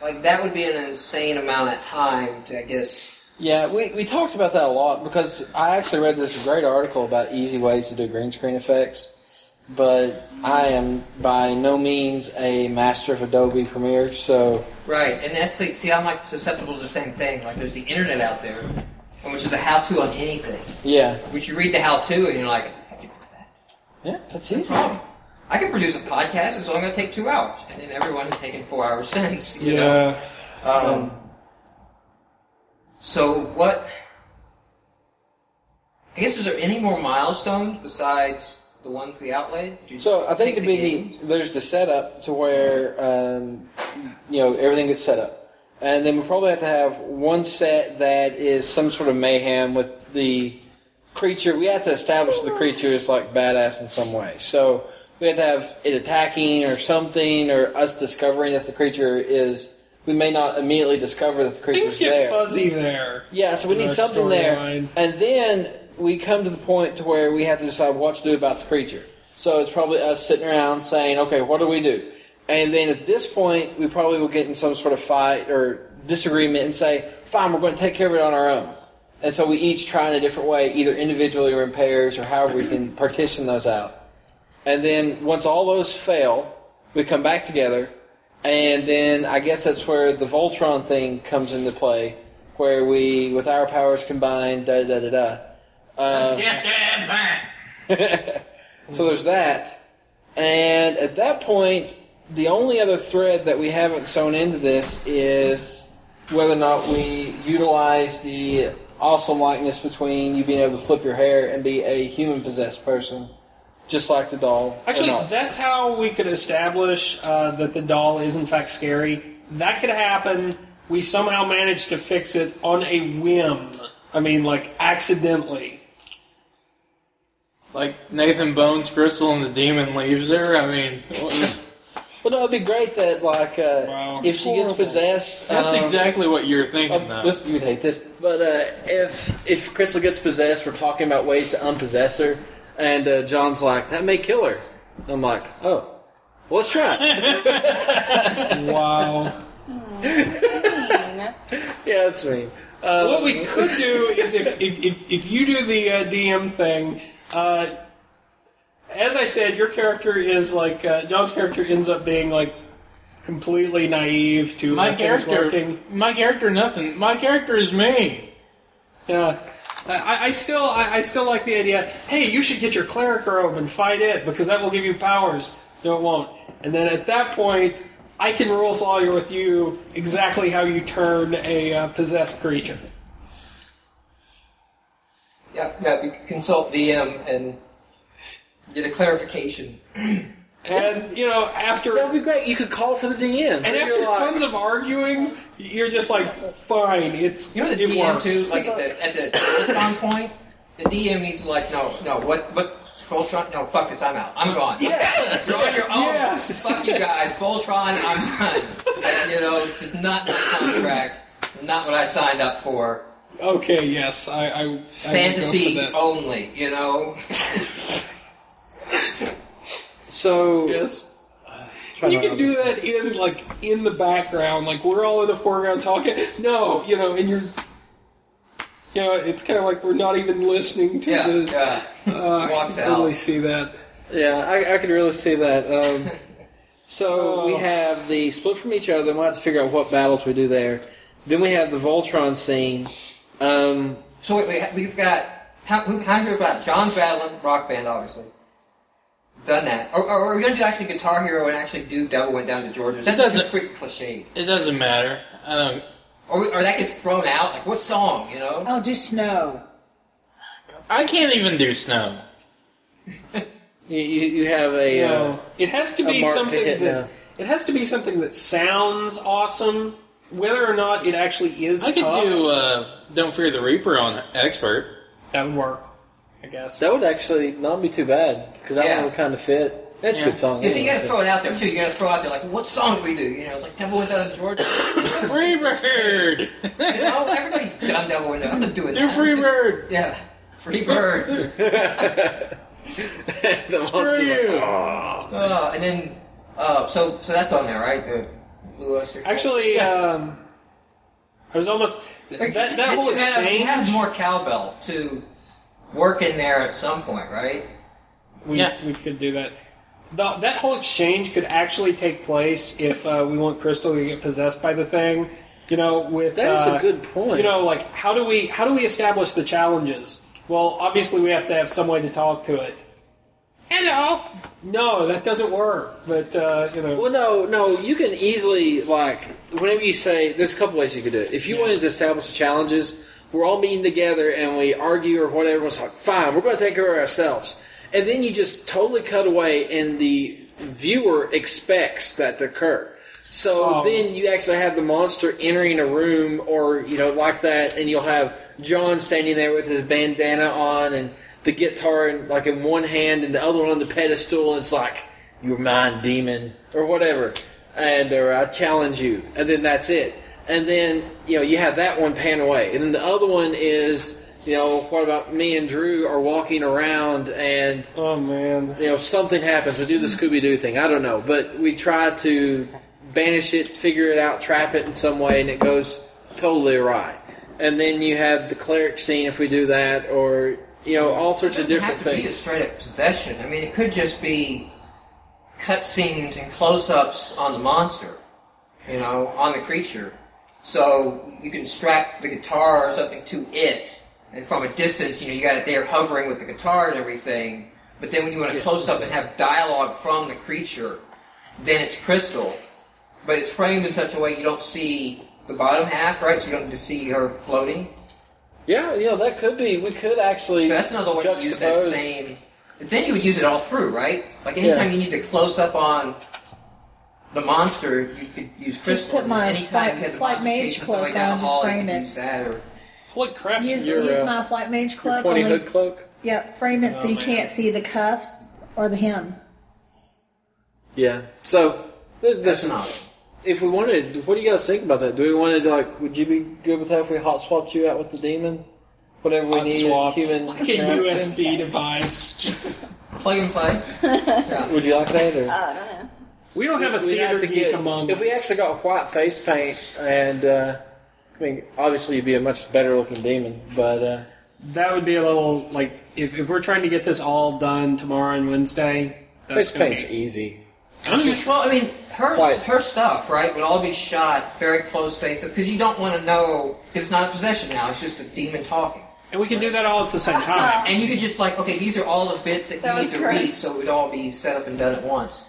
S1: Like that would be an insane amount of time to I guess.
S5: Yeah, we, we talked about that a lot because I actually read this great article about easy ways to do green screen effects, but I am by no means a master of Adobe Premiere, so
S1: Right, and that's like, see, I'm like susceptible to the same thing. Like there's the internet out there, which is a how-to on anything.
S5: yeah.
S1: Which you read the how-to and you're like, I can do that.
S5: Yeah, that's
S1: No
S5: easy.
S1: problem. I can produce a podcast. It's only going to take two hours, and then everyone has taken four hours since. You Know?
S4: yeah,
S1: Um, so what? I guess is there any more milestones besides the ones we outlaid? Did you
S5: So I think the
S1: take
S5: biggie there's the setup to where um, you know everything gets set up, and then we probably have to have one set that is some sort of mayhem with the creature. We have to establish the creature is like badass in some way. So we have to have it attacking or something, or us discovering that the creature is. We may not immediately discover that the creature
S4: things
S5: is
S4: get
S5: there.
S4: fuzzy there.
S5: Yeah, so we
S4: The
S5: need something there.
S4: storyline.
S5: And then we come to the point to where we have to decide what to do about the creature. So it's probably us sitting around saying, okay, what do we do? And then at this point, we probably will get in some sort of fight or disagreement and say, fine, we're going to take care of it on our own. And so we each try in a different way, either individually or in pairs or however we can partition those out. And then once all those fail, we come back together. And then I guess that's where the Voltron thing comes into play, where we, with our powers combined, da da da da. Uh,
S2: Get that back.
S5: so there's that. And at that point, the only other thread that we haven't sewn into this is whether or not we utilize the awesome likeness between you being able to flip your hair and be a human possessed person, just like the doll. or
S4: Actually,
S5: not.
S4: that's how we could establish uh, that the doll is in fact scary. That could happen. We somehow managed to fix it on a whim. I mean, like accidentally.
S2: Like Nathan Bones, Crystal, and the demon leaves her. I mean, that's
S5: well, no, it'd be great that like uh,
S4: Wow.
S5: if she gets possessed, um,
S2: exactly what you're thinking,
S5: Um,
S2: though.
S5: this, you'd hate this, but uh, if if Crystal gets possessed, we're talking about ways to unpossess her, and uh, John's like, "That may kill her." And I'm like, "Oh, well, let's try it."
S4: Wow.
S6: Dang.
S5: yeah, that's me.
S4: Uh, what
S5: Um,
S4: we could do is if, if, if, if you do the uh, DM thing, uh, as I said, your character is like uh, John's character ends up being like completely naive to
S2: my
S4: how things
S2: character,
S4: working.
S2: my character, nothing. My character is me.
S4: Yeah. I- Uh, I, I still I, I still like the idea. Hey, you should get your cleric robe and fight it because that will give you powers. No, it won't. And then at that point, I can rule Sawyer with you exactly how you turn a uh, possessed creature.
S1: Yeah, yeah. You could consult DM and get a clarification.
S4: And you know after
S5: That would be great. You could call for the DMs.
S4: and after tons of arguing, you're just like, fine, it's
S1: You know the
S4: it
S1: DM
S4: works.
S1: too. Like at the at the Voltron point, the DM needs to like no no what what Voltron no fuck this I'm out I'm gone.
S5: Yes!
S1: You're on your own.
S4: Yes.
S1: Fuck you guys. Voltron, I'm done. you know, this is not my contract. Not what I signed up for.
S4: Okay, yes, I, I, I would go for
S1: Fantasy
S4: that.
S1: only, you know.
S5: So
S4: Yes,
S5: try
S4: you
S5: not
S4: can
S5: to-
S4: do that in like in the background, like we're all in the foreground talking. No, you know, and you're, you know, it's kind of like we're not even listening to
S1: Yeah,
S4: the.
S1: yeah.
S4: Uh, I can
S1: Walks
S4: totally
S1: out.
S4: see that.
S5: Yeah, I, I could really see that. Um, so we
S4: Oh.
S5: have the split from each other. and We'll have to figure out what battles we do there. Then we have the Voltron scene. Um,
S1: So wait, wait, we've got how who how do you about John's battling rock band, obviously. Done that. Or, or are we gonna do actually Guitar Hero and actually do Devil Went Down to Georgia? That's
S2: Doesn't-
S1: a freaking cliche.
S2: It doesn't matter. I don't.
S1: Or, or that gets thrown out. Like what song, you know?
S3: Oh, do snow.
S2: I can't even do snow.
S5: you, you, you have a
S4: You
S5: uh,
S4: know, it has to
S5: A
S4: be
S5: mark to
S4: something
S5: hit
S4: that
S5: now.
S4: it has to be something that sounds awesome, whether or not it actually is.
S2: I could
S4: tough.
S2: do uh, "Don't Fear the Reaper" on expert.
S4: that would work, I guess.
S5: that would actually not be too bad because that
S1: Yeah.
S5: one would kind of fit. That's
S2: Yeah.
S5: a good song.
S1: You see, you
S5: anyway,
S4: Oh,
S1: gotta throw it out there too. You gotta throw out there like, what song do we do? You know, like Devil Went Down to Georgia.
S2: Freebird.
S1: you know, everybody's done Devil Went Down. I'm not doing
S2: You're
S1: that.
S2: Freebird.
S1: Yeah, free bird.
S5: so. The
S2: Screw
S5: Voltron's like,
S2: you.
S1: Uh, and then, uh, so so that's on there, right? The Blue Oyster.
S4: Actually, um, I was almost that,
S1: Like,
S4: that whole
S1: you had-
S4: exchange.
S1: You had more cowbell to work in there at some point, right?
S4: we,
S2: Yeah.
S4: we could do that. The, that whole exchange could actually take place if uh, we want Crystal to get possessed by the thing. You know, with
S5: That is
S4: uh,
S5: a good point.
S4: You know, like how do we how do we establish the challenges? Well, obviously we have to have some way to talk to it.
S6: Hello.
S4: No, that doesn't work. But uh, you know,
S5: Well, no, no. You can easily like whenever you say there's a couple ways you could do it. If you wanted to establish the challenges, we're all meeting together and we argue or whatever. It's like fine, we're going to take care of ourselves, and then you just totally cut away, and the viewer expects that to occur. So
S4: Oh.
S5: then you actually have the monster entering a room or you know like that, and you'll have John standing there with his bandana on and the guitar in, like in one hand and the other one on the pedestal. And it's like you're mine, demon, or whatever, and or I challenge you, and then that's it. And then you know you have that one pan away, and then the other one is you know what about me and Drew are walking around and
S4: oh man,
S5: you know, if something happens, we do the Scooby Doo thing. I don't know, but we try to banish it, figure it out, trap it in some way, and it goes totally awry. And then you have the cleric scene if we do that, or you know, all sorts of
S1: It doesn't
S5: different
S1: have to be a
S5: things.
S1: straight up possession. I mean, it could just be cutscenes and close ups on the monster, you know, on the creature. So you can strap the guitar or something to it, and from a distance, you know, you got it there hovering with the guitar and everything. But then when you want to close up and have dialogue from the creature, then it's crystal. But it's framed in such a way you don't see the bottom half, right? So you don't just see her floating.
S5: Yeah, you know, that could be. We could actually.
S1: But that's another way to use that
S5: juxtapose-
S1: same. But then you would use it all through, right? Like anytime
S5: Yeah.
S1: you need to close up on the monster, you could use crystal.
S3: Just put my
S1: And anytime
S3: white-
S1: you had the
S3: white
S1: monster
S3: mage
S1: chasing somebody
S3: cloak
S1: down
S3: on,
S1: the
S3: just
S1: hall,
S3: frame
S1: you could
S3: it.
S1: use that or-
S4: holy crap!
S3: Use,
S5: Your,
S3: use
S5: uh,
S3: my white mage
S5: Your Oh,
S3: cloak.
S5: pointy
S3: only-
S5: hood cloak.
S3: Yep, frame it so you can't see the cuffs or the hem.
S5: Yeah. So this,
S1: That's
S5: this
S1: not.
S5: If we wanted, what do you guys think about that? Do we want to like? Would you be good with that if we hot swapped you out with the demon? Whatever we
S4: Hot
S5: need,
S4: swapped.
S5: human.
S4: like a
S5: interaction?
S4: USB device.
S1: Plug and play.
S5: Would you like that? Or?
S6: I don't know.
S4: We don't have a
S5: We'd
S4: theater
S5: have to
S4: geek
S5: get-
S4: among
S5: If we
S4: us.
S5: actually got white face paint, and uh, I mean, obviously you'd be a much better looking demon, but uh,
S4: That would be a little like if, if we're trying to get this all done tomorrow and Wednesday. That's
S5: face
S4: gonna
S5: paint's
S4: be-
S5: easy.
S4: I don't know.
S1: Well, I mean, her
S5: Right.
S1: her stuff, right, would all be shot very close face up because you don't want to know. It's not a possession now; it's just a demon talking.
S4: and we can do that all at the same time.
S1: And you could just like, okay, these are all the bits that,
S6: That
S1: you need
S6: was
S1: to
S6: gross.
S1: read, so it would all be set up and done at once.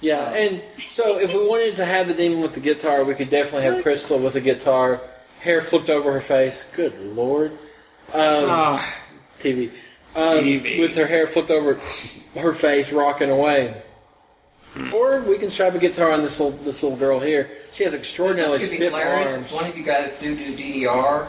S5: Yeah, and so if we wanted to have the demon with the guitar, we could definitely have Crystal with the guitar, hair flipped over her face. Good lord, um,
S4: Ah,
S5: TV. Um,
S4: TV.
S5: With her hair flipped over her face, rocking away. Or we can strap a guitar on this little this little girl here. She has extraordinarily
S1: It's gonna
S5: stiff
S1: be hilarious
S5: arms.
S1: if one of you guys do do DDR,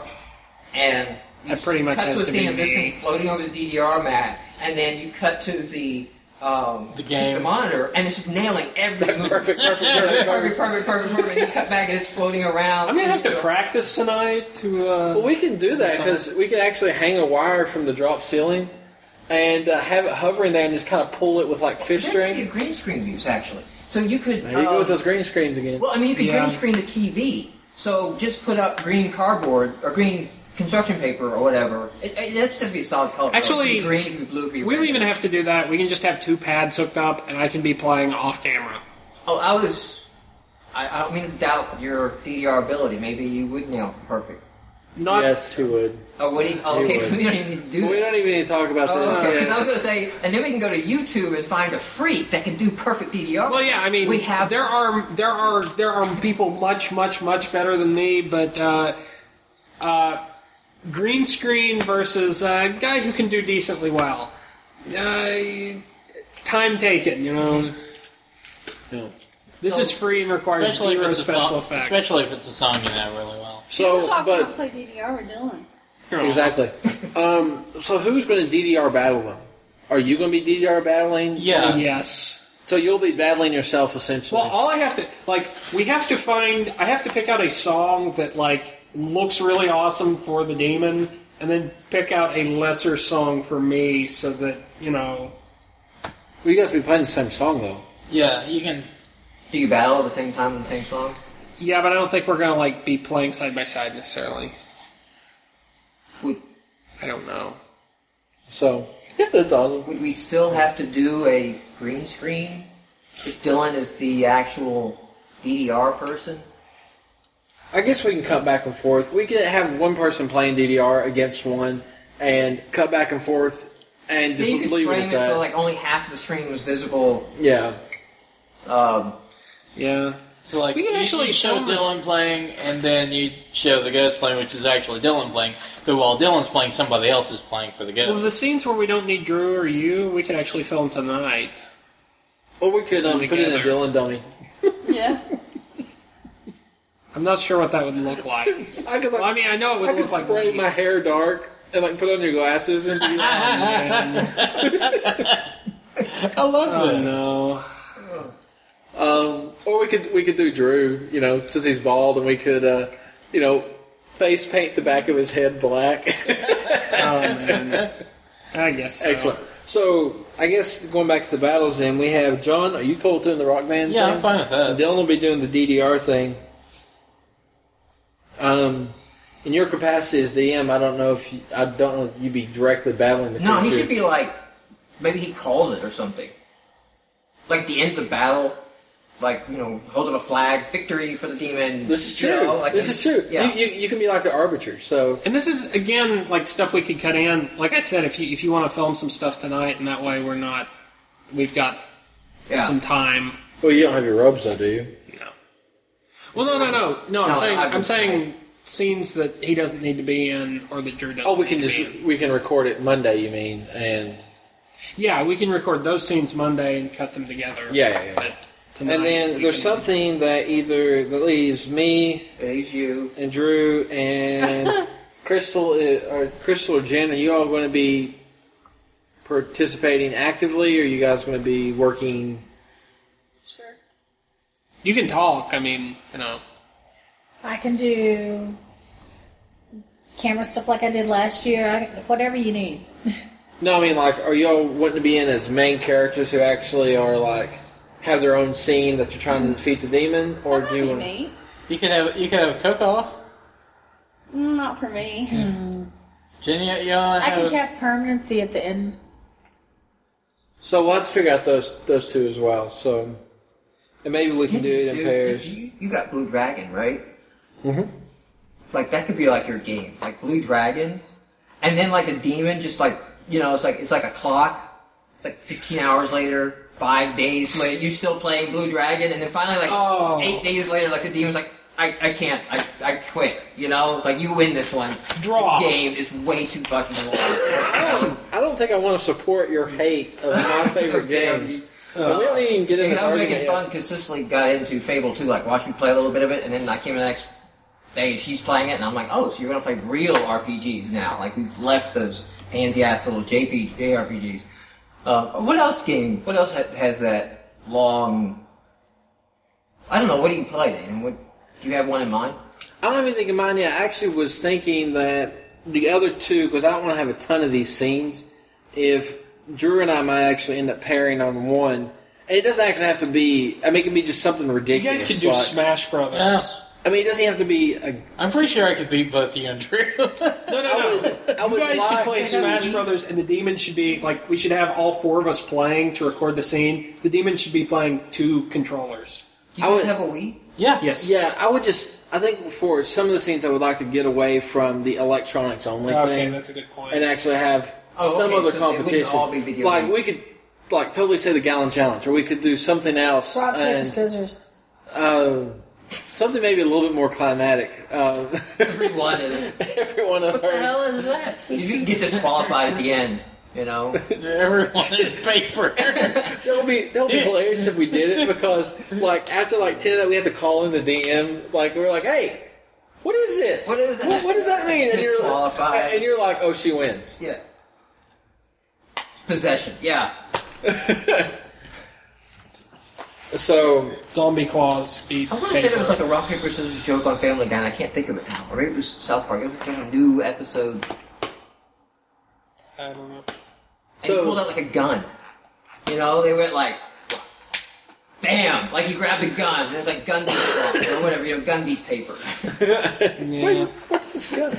S1: and you
S4: That pretty much
S1: cut to
S4: has
S1: a
S4: to
S1: scene
S4: be
S1: of this
S4: me.
S1: thing floating over the DDR mat, and then you cut to the um,
S2: The game.
S1: the monitor, and it's just nailing every move.
S5: Perfect, perfect,
S1: perfect,
S5: perfect.
S1: perfect, perfect, perfect. And you cut back, and it's floating around.
S4: I'm gonna have
S1: You
S4: to
S1: know,
S4: practice tonight to.
S5: Well,
S4: Uh,
S5: we can do that because we can actually hang a wire from the drop ceiling and uh, have it hovering there and just kind of pull it with like fish
S1: There could be a
S5: string.
S1: green screen use actually. So you could.
S5: There you go with
S1: um,
S5: those green screens again.
S1: Well, I mean, you could
S4: Yeah.
S1: green screen the TV. So just put up green cardboard or green construction paper or whatever. It, it, that's just be a solid color.
S4: Actually,
S1: it could be green, it could be blue, it could be
S4: we
S1: red.
S4: don't even have to do that. We can just have two pads hooked up, and I can be playing off camera.
S1: Oh, I was. I, I don't mean to doubt your DDR ability. Maybe you would nail it perfect.
S4: Not
S5: yes, he would.
S1: Oh, what do you, oh
S5: You
S1: okay,
S5: would.
S1: so we don't even need to do
S5: But we
S1: that.
S5: don't even need to talk about
S1: Oh,
S5: this.
S1: okay. 'Cause I was
S5: Yes.
S1: going to say, and then we can go to YouTube and find a freak that can do perfect DDR.
S4: Well, yeah, I mean,
S1: we have
S4: there are there are there are people much much much better than me, but uh, uh, green screen versus uh, guy who can do decently well. Uh, time taken, you know.
S5: No.
S4: This is free and requires
S2: Especially if
S4: zero
S2: it's a
S4: special
S2: song,
S4: effects.
S2: especially if it's a song you know really well.
S6: Just
S5: So,
S6: talk about
S5: but
S6: play DDR with Dylan.
S5: exactly. Um, so who's going to DDR battle them? Are you going to be DDR battling?
S2: Yeah,
S4: yes.
S5: So you'll be battling yourself essentially.
S4: Well, all I have to like, we have to find. I have to pick out a song that like looks really awesome for the demon, and then pick out a lesser song for me, so that you know.
S5: Well, you guys be playing the same song though.
S2: yeah, you can.
S1: Do you battle at the same time in the same song?
S4: Yeah, but I don't think we're gonna like be playing side by side necessarily.
S5: Hmm.
S1: Would,
S4: I don't know.
S5: So that's awesome.
S1: would we still have to do a green screen if Dylan is the actual DDR person?
S5: I guess we can cut back and forth. We can have one person playing DDR against one, and cut back and forth, and just
S1: Then you could
S5: leave it
S1: frame
S5: at
S1: it,
S5: that.
S1: so like only half of the screen was visible.
S5: yeah,
S1: Um,
S4: Yeah.
S2: So like
S4: We can
S2: you-
S4: actually
S2: you
S4: show
S2: show
S4: this-
S2: Dylan playing, and then you show the ghost playing, which is actually Dylan playing. But while Dylan's playing, somebody else is playing for the
S4: Well,
S2: ghost.
S4: the scenes where we don't need Drew or you, we could actually film tonight.
S5: or we could um, put in a
S4: Together.
S5: Dylan dummy.
S6: Yeah.
S4: I'm not sure what that would look like.
S5: I could like,
S4: well, I mean, I know it would
S5: I could
S4: look like
S5: spray
S4: me.
S5: my hair dark and like put on your glasses and be like,
S4: Man.
S5: I love
S4: Oh
S5: this.
S4: no.
S5: Um, or we could we could do Drew, you know, since he's bald, and we could, uh, you know, face paint the back of his head black.
S4: Oh man. I guess so.
S5: Excellent. So I guess going back to the battles, then we have John. Are you cool doing the rock band?
S2: yeah,
S5: thing?
S2: I'm fine with
S5: And
S2: that.
S5: Dylan will be doing the DDR thing. Um, in your capacity as DM, I don't know if you, I don't know if you'd be directly battling the
S1: No, he
S5: creature.
S1: should be like, maybe he called it or something. Like at the end of the battle, like you know, holding a flag, victory for the demon.
S5: This is
S1: you
S5: true.
S1: know, like-
S5: this is true.
S1: Yeah.
S5: You, you, you can be like the arbiter. So
S4: And this is again like stuff we could cut in. Like I said, if you if you want to film some stuff tonight, and that way we're not, we've got
S1: yeah.
S4: some time.
S5: well, you don't have your robes though, do you?
S4: No. Well, no, no, no, no. I'm
S1: No,
S4: saying
S1: I've-
S4: I'm saying scenes that he doesn't need to be in, or that Drew doesn't.
S5: Oh, we
S4: need
S5: can
S4: to
S5: just
S4: be in.
S5: we can record it Monday. You mean and
S4: Yeah, we can record those scenes Monday and cut them together.
S5: Yeah, yeah, yeah.
S4: But tonight
S5: and then
S4: we
S5: there's
S4: can-
S5: something that either that leaves me
S1: It's you.
S5: and Drew and Crystal uh, or Crystal or Jen, are you all going to be participating actively, or are you guys going to be working?
S6: Sure.
S4: You can talk. I mean, you know.
S3: I can do camera stuff like I did last year. I, whatever you need.
S5: No, I mean like, are you all wanting to be in as main characters who actually are like have their own scene that you're trying to defeat the demon, or
S6: That
S5: do
S6: might
S5: you?
S6: be
S5: Want...
S6: neat.
S2: You could have you could have Cook off.
S6: Not for me.
S2: Jenny, you all
S3: I
S5: Uh,
S3: can
S2: have
S3: cast permanency at the end.
S5: So we'll have to figure out those those two as well. So, and maybe we can do it in
S1: Dude,
S5: pairs.
S1: You, you got Blue Dragon, right? Mm-hmm. Like that could be like your game, like Blue Dragon, and then like a demon, just like you know, it's like it's like a clock. Like 15 hours later, five days later, you're still playing Blue Dragon, and then finally, like
S4: Oh.
S1: eight days later, like the demon's like, I, I can't, I, I quit. You know, It's like you win this one.
S4: Draw.
S1: This game is way too fucking long.
S5: I don't, I don't think I want to support your hate of my favorite games. And Uh, we don't even get
S1: Because
S5: in this
S1: I was
S5: argument.
S1: making
S5: yet.
S1: fun because Cicely got into Fable 2, like watched me play a little bit of it, and then I came in the next day and she's playing it, and I'm like, oh, so you're going to play real RPGs now. Like, we've left those handsy ass little JP, JRPGs. Uh, what else game? What else ha- has that long? I don't know. What do you play then? What do you have one in mind?
S5: I don't even think of mine yet. I actually was thinking that the other two, because I don't want to have a ton of these scenes, if Drew and I might actually end up pairing on one. And it doesn't actually have to be, I mean, it can be just something
S4: You guys
S5: ridiculous.
S4: could do
S5: like-
S4: Smash Brothers.
S2: Yeah.
S5: I mean, it doesn't have to be a.
S2: I'm pretty sure I could beat both you and Drew.
S4: No, no,
S5: I
S4: no.
S5: would- I
S4: you
S5: would
S4: guys
S5: like-
S4: should play Smash Brothers, and the demon should be like we should have all four of us playing to record the scene. The demon should be playing two controllers.
S1: Do you
S5: I
S1: guys
S5: would-
S1: have a Wii?
S2: yeah.
S4: Yes.
S5: Yeah, I would just. I think for some of the scenes, I would like to get away from the electronics only
S4: Okay,
S5: thing.
S4: that's a good point.
S5: and actually have
S1: Oh,
S5: some
S1: okay, so they
S5: other
S1: wouldn't
S5: competition.
S1: all be video
S5: like
S1: games.
S5: we could, like totally say the gallon challenge, or we could do something else,
S3: Rock, paper,
S5: and
S3: scissors.
S5: uh, something maybe a little bit more climatic. Um,
S1: Everyone is.
S5: everyone of
S1: What the
S5: her.
S1: hell is that? You can get disqualified at the end. You know.
S2: Everyone is paper.
S5: That would be that would be hilarious if we did it because like after like ten of that we had to call in the DM. Like we were like, hey. What is this?
S1: What is
S5: What,
S1: that?
S5: what does that mean? And you're,
S1: Disqualified.
S5: and you're like, oh, she wins.
S1: Yeah. Possession. Yeah.
S5: So
S4: Zombie claws beat.
S1: I want to say there was
S4: paper.
S1: like a rock paper scissors joke on Family Guy. and I can't think of it now. Or maybe it was South Park. It was like a new episode. And
S4: I don't know.
S1: he
S5: So-
S1: pulled out like a gun. You know, they went like, bam! Like he grabbed a gun. And it was like gun beats rock, or whatever. You know, gun beats paper.
S5: Wait, what's this gun?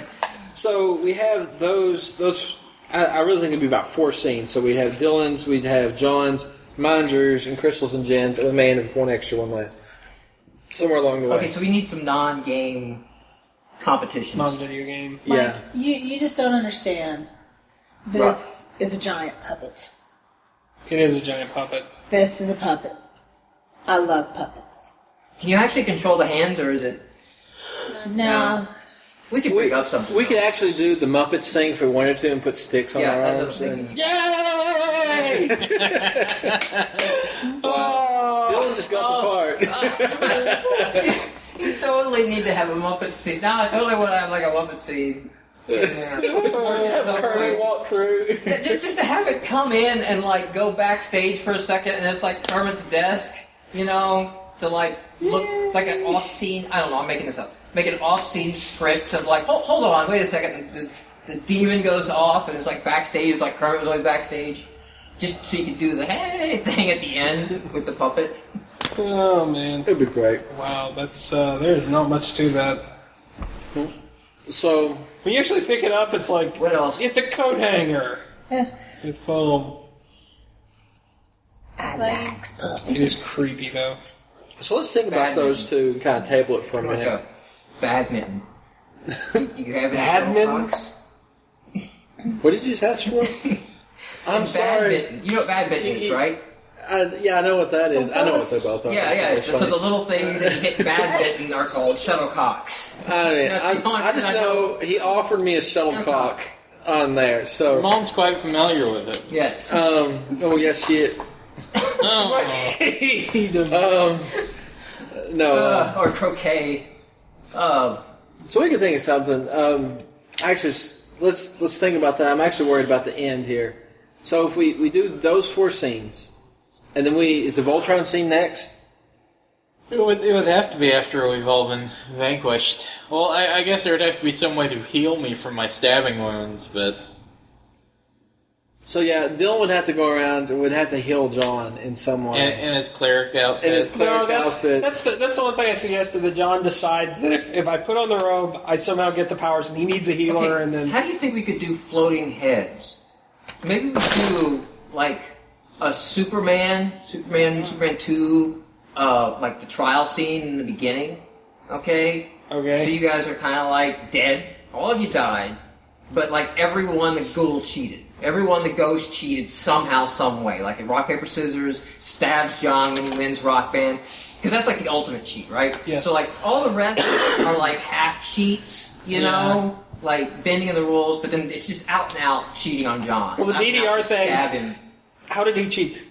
S5: So we have those. Those I, I really think it'd be about four scenes. So we'd have Dylan's, we'd have John's, mine, Drew's, and Crystal's and Jen's, and we may end up with one extra, one less, somewhere along the way.
S1: Okay, so we need some non-game competitions.
S4: Non-video game.
S3: Mike,
S5: Yeah.
S3: you you just don't understand. This is a giant puppet.
S4: It is a giant puppet.
S3: This is a puppet. I love puppets.
S1: Can you actually control the hands, or is it?
S3: No,
S1: We could
S5: we,
S1: pick up something.
S5: we could actually do the Muppets thing if we wanted to, and put sticks on
S1: Yeah,
S5: our
S1: that's what I'm
S5: arms. and-
S1: thinking.
S5: Yay! Dylan just got the part.
S1: You totally need to have a Muppet scene. No, I totally want to have like a Muppet scene.
S5: Kermit
S1: Yeah.
S5: walked through.
S1: Yeah, just, just to have it come in and like go backstage for a second, and it's like Kermit's desk, you know, to like look like an off-scene. I don't know. I'm making this up. Make an off-scene script of like, hold, hold on, wait a second. The, the, the demon goes off, and it's like backstage, it's like Kermit was always backstage, just so you could do the hey thing at the end with the puppet.
S4: Oh man.
S5: It'd be great.
S4: Wow, that's uh, there's not much to that.
S5: So
S4: When you actually pick it up, it's like
S1: What else?
S4: it's a coat hanger
S3: Eh,
S4: with foam.
S3: I
S6: Like-
S3: likes puppets.
S4: It is creepy though.
S5: So let's think about
S1: Badminton.
S5: those two and kind of table it for a
S1: Like
S5: minute.
S1: a badminton. you have any
S4: Badminton?
S1: soapbox?
S5: What did you just ask for? I'm sorry.
S1: Badminton. You know what badminton is,
S5: You-
S1: right?
S5: I, yeah, I know what that is. I know what they both are.
S1: Yeah, yeah.
S5: It's
S1: So
S5: funny.
S1: the little things that you hit badminton are called shuttlecocks.
S5: I, mean,
S1: That's the only
S5: I, I just
S1: thing I know.
S5: know he offered me a shuttlecock on there. So,
S2: Mom's quite familiar with it.
S1: Yes.
S5: um, oh yes, shit.
S2: Oh.
S5: Um, no.
S1: Uh,
S5: Uh,
S1: or croquet. Uh,
S5: so we could think of something. Um, actually, s- let's let's think about that. I'm actually worried about the end here. So if we we do those four scenes, and then we is the Voltron scene next?
S2: It would, it would have to be after we've all been vanquished. Well, I, I guess there would have to be some way to heal me from my stabbing wounds, but
S5: So yeah, Dylan would have to go around and would have to heal John in some way.
S2: and, and his cleric outfit.
S5: And his cleric
S4: No, that's
S5: outfit.
S4: that's the, that's the one thing I suggested that John decides that if, if I put on the robe, I somehow get the powers, and he needs a healer,
S1: okay,
S4: and then
S1: How do you think we could do floating heads? Maybe we do like a Superman, Superman, Superman Two, uh, like the trial scene in the beginning. Okay.
S4: okay,
S1: So you guys are kind of like dead. All of you died, but like everyone, the ghoul cheated. Everyone, the ghost cheated somehow, some way. Like in rock paper scissors, stabs John when he wins rock band, because that's like the ultimate cheat, right?
S4: Yes.
S1: So like all the rest are like half cheats, you know, like bending of the rules. But then it's just out and out cheating on John.
S4: Well, the
S1: Out and
S4: DDR
S1: out
S4: thing-
S1: stab him.
S4: how did he cheat?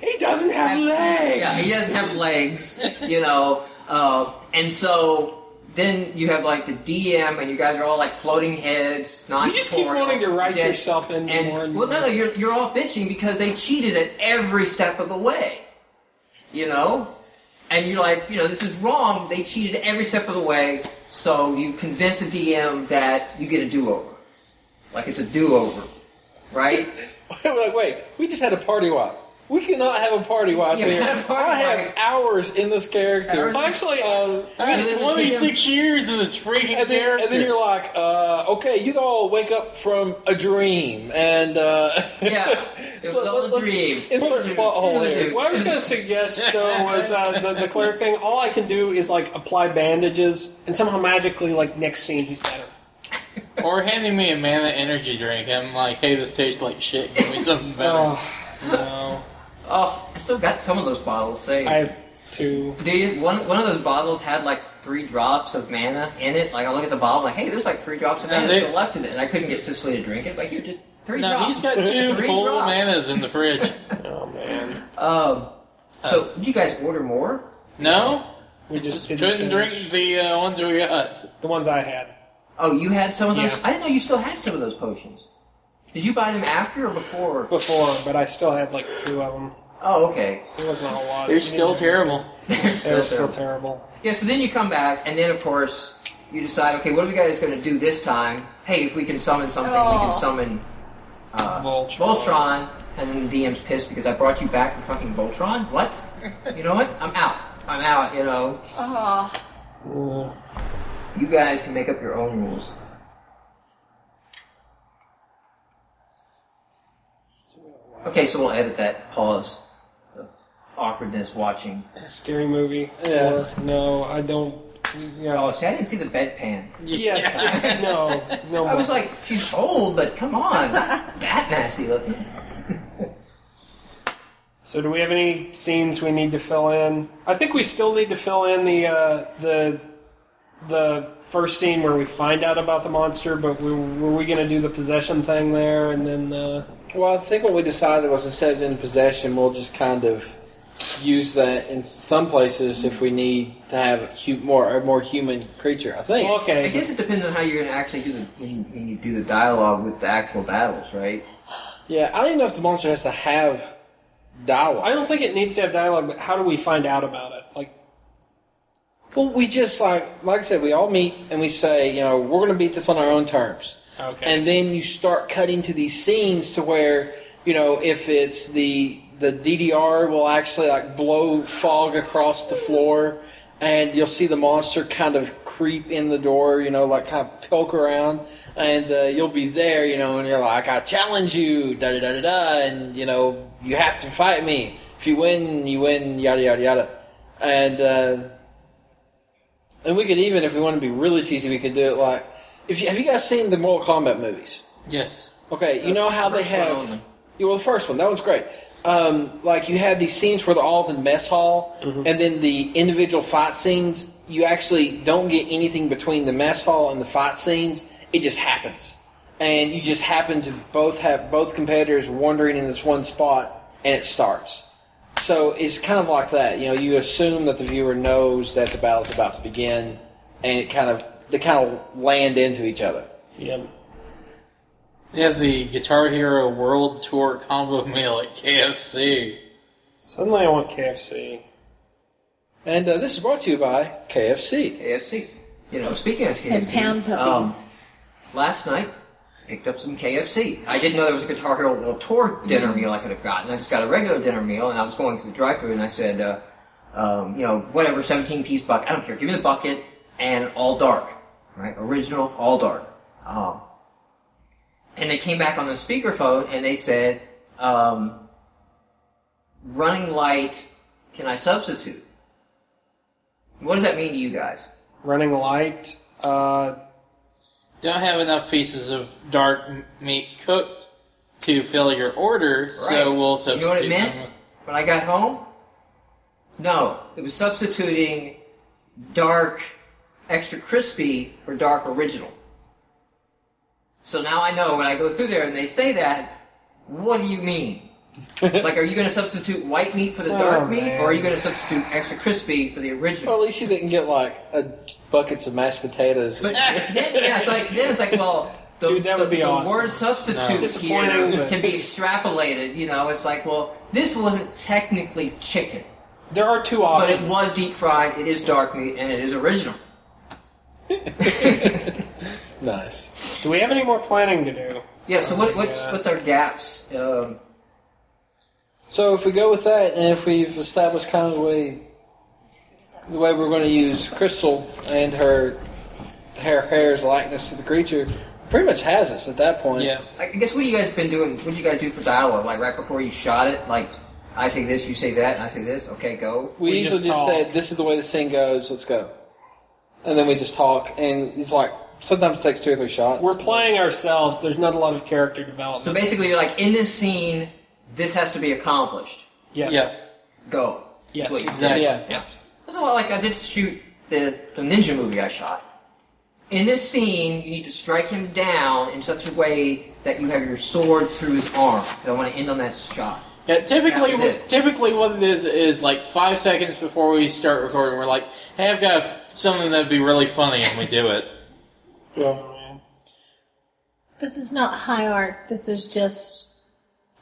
S4: He doesn't have
S1: Yeah,
S4: legs.
S1: he doesn't have legs, you know. Uh, and so then you have like the DM, and you guys are all like floating heads, non.
S4: You just keep wanting to write yourself into
S1: and,
S4: more and
S1: well, no,
S4: more.
S1: no, you're you're all bitching because they cheated at every step of the way, you know, and you're like, you know, this is wrong. They cheated every step of the way, so you convince the DM that you get a do-over, like it's a do-over, right?
S5: We're like, wait, we just had a party wop. We cannot have a party wop
S1: You
S5: here.
S1: had a party
S5: I have
S1: wipe.
S5: hours in this character.
S1: Hours.
S4: Actually, uh,
S5: Um,
S2: I uh, had 26 years in this freaking
S5: and, then,
S2: character.
S5: and then you're like, uh, okay, you all wake up from a dream, and uh,
S1: Yeah, it was all a
S5: let's
S1: dream.
S5: Insert
S1: Dude,
S5: plot hole
S1: dude,
S5: here.
S1: dude.
S4: What I was going to suggest though was uh, the, the cleric thing. All I can do is like apply bandages, and somehow magically, like next scene, he's better.
S2: or handing me a mana energy drink. I'm like, hey, this tastes like shit. Give me something better.
S4: Oh,
S2: no.
S1: Oh, I still got some of those bottles saved.
S4: I have two.
S1: Do you, one one of those bottles had like three drops of mana in it. Like I look at the bottle, like, hey, there's like three drops of
S2: No,
S1: mana
S2: they-
S1: still left in it, and I couldn't get Cicely to drink it. But here, just three
S2: No,
S1: drops.
S2: he's got two
S1: Three
S2: full
S1: drops.
S2: manas in the fridge.
S4: Oh man,
S1: Um, so did you guys order more?
S2: No?
S4: we just didn't
S2: Couldn't
S4: finish.
S2: drink the uh, ones we got.
S4: the ones I had.
S1: Oh, you had some of those.
S4: Yeah.
S1: I didn't know you still had some of those potions. Did you buy them after or before?
S4: before, but I still had like two of them.
S1: Oh, okay.
S4: It wasn't a whole lot.
S2: They're still terrible.
S4: They were still terrible.
S1: Yeah, so then you come back, and then of course you decide, okay, what are the guys going to do this time? Hey, if we can summon something, we
S6: Oh.
S1: can summon uh,
S4: Voltron.
S1: Voltron. And then the DM's pissed because I brought you back from fucking Voltron. What? you know what? I'm out. I'm out. You know,
S6: Oh,
S4: Yeah.
S1: you guys can make up your own rules. Okay, so we'll edit that pause. The awkwardness watching.
S4: Scary movie.
S5: Yeah.
S4: Or, no, I don't.
S1: Oh,
S4: Yeah.
S1: see, I didn't see the bedpan.
S4: Yes, just no, no.
S1: I was
S4: more.
S1: like, she's old, but come on, not that nasty looking.
S4: so, do we have any scenes we need to fill in? I think we still need to fill in the uh, the the first scene where we find out about the monster. But we, were we going to do the possession thing there, and then uh,
S5: Well, I think what we decided was instead of in possession, we'll just kind of use that in some places if we need to have a hu- more a more human creature. I think.
S4: well,
S1: I
S4: okay,
S1: guess it depends on how you're gonna actually do the when, when you do the dialogue with the actual battles, right?
S5: yeah, I don't even know if the monster has to have dialogue.
S4: I don't think it needs to have dialogue. But how do we find out about it? Like,
S5: well, we just like like I said, we all meet and we say, you know, we're going to beat this on our own terms.
S4: okay,
S5: and then you start cutting to these scenes to where you know if it's the the DDR will actually like blow fog across the floor, and you'll see the monster kind of creep in the door, you know, like kind of poke around, and uh, you'll be there, you know, and you're like, I challenge you, da da da da da, and you know, you have to fight me. If you win, you win, yada yada yada, and. Uh, and we could even, if we want to be really cheesy, we could do it like. If you, have you guys seen the Mortal Kombat movies?
S2: Yes.
S5: Okay, you know how they
S1: First one
S5: have.
S1: only.
S5: Yeah, well, the first one that one's great. Um, like you have these scenes where they're all in the mess hall,
S1: Mm-hmm.
S5: and then the individual fight scenes. You actually don't get anything between the mess hall and the fight scenes. It just happens, and you just happen to both have both competitors wandering in this one spot, and it starts. So it's kind of like that. You know, you assume that the viewer knows that the battle's about to begin, and it kind of they kind of land into each other.
S4: yeah.
S2: They have the Guitar Hero World Tour combo meal at KFC.
S4: Suddenly, I want KFC.
S5: And uh, this is brought to you by KFC.
S1: KFC. You know, speaking of KFC,
S3: And pound
S5: Oh.
S3: puppies.
S1: um, last night picked up some KFC. I didn't know there was a Guitar Hero World Tour dinner meal I could have gotten. I just got a regular dinner meal, and I was going to the drive-thru, and I said, uh, um, you know, whatever, 17-piece bucket. I don't care. Give me the bucket and all dark, right? Original, all dark. Um, and they came back on the speakerphone, and they said, um, running light. Can I substitute? What does that mean to you guys?
S4: Running light. Uh,
S2: Don't have enough pieces of dark m- meat cooked to fill your order, so
S1: Right.
S2: we'll
S1: You know what
S2: substitute
S1: it
S2: them
S1: meant?
S2: with-
S1: When I got home? No, it was substituting dark extra crispy for dark original. So now I know when I go through there and they say that, what do you mean? like, are you going to substitute white meat for the
S4: Oh,
S1: dark meat,
S4: man.
S1: or are you going to substitute extra crispy for the original?
S5: Well, at least you didn't get like a buckets of mashed potatoes.
S1: But then, yeah, it's like then it's like well, the,
S4: Dude, that
S1: the,
S4: would be
S1: the
S4: awesome.
S1: word substitute
S5: No.
S1: here
S4: Disappointing, but-
S1: can be extrapolated. You know, it's like well, this wasn't technically chicken,
S4: There are two
S1: but it
S4: options.
S1: was deep fried. It is dark meat, and it is original.
S5: nice.
S4: Do we have any more planning to do?
S1: Yeah. So what, what's
S4: Yeah.
S1: what's our gaps? Um,
S5: So if we go with that, and if we've established kind of the way the way we're going to use Crystal and her her hair's likeness to the creature, pretty much has us at that point.
S2: Yeah.
S1: I I guess what you guys been doing? What you guys do for dialogue? Like right before you shot it, like I say this, you say that, and I say this. Okay, go.
S5: We,
S4: We
S5: usually
S4: just
S5: just,
S4: talk.
S5: said, "This is the way the scene goes. Let's go," and then we just talk, and it's like sometimes it takes two or three shots.
S4: We're playing ourselves. There's not a lot of character
S1: So
S4: development.
S1: basically, you're like in this scene, this has to be accomplished.
S4: Yes.
S2: Yeah.
S1: Go.
S4: Yes.
S1: Please.
S2: Exactly.
S5: yeah.
S4: Yes.
S1: That's a lot like I did shoot the, the ninja movie I shot. In this scene, you need to strike him down in such a way that you have your sword through his arm. And I want to end on that shot.
S2: Yeah, typically,
S1: That was it.
S2: typically what it is is like five seconds before we start recording, we're like, "Hey, I've got f- something that'd be really funny," and we do it.
S3: This is not high art. This is just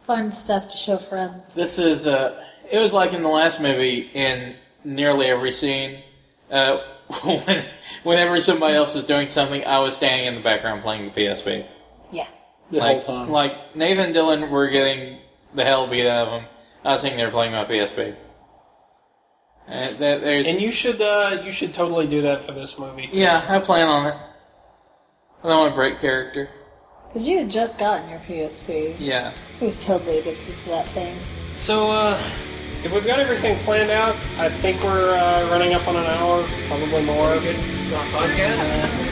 S3: fun stuff to show friends.
S2: This is uh, it was like in the last movie in nearly every scene. Uh, when, whenever somebody else was doing something, I was standing in the background playing the PSP.
S3: Yeah.
S5: the
S2: like,
S5: whole time.
S2: like Nathan and Dylan were getting the hell beat out of them. I was sitting there playing my PSP. Uh, that, there's,
S4: And you should uh, you should totally do that for this movie.
S2: yeah, I plan on it. I don't want to break character.
S3: Because you had just gotten your PSP.
S2: Yeah.
S3: He was totally addicted to that thing.
S4: So uh, if we've got everything planned out, I think we're uh, running up on an hour, probably more.
S1: Good podcast.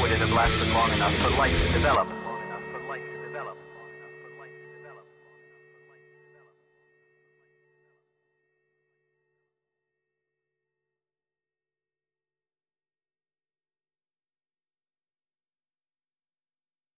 S7: would it have lasted long enough for life to develop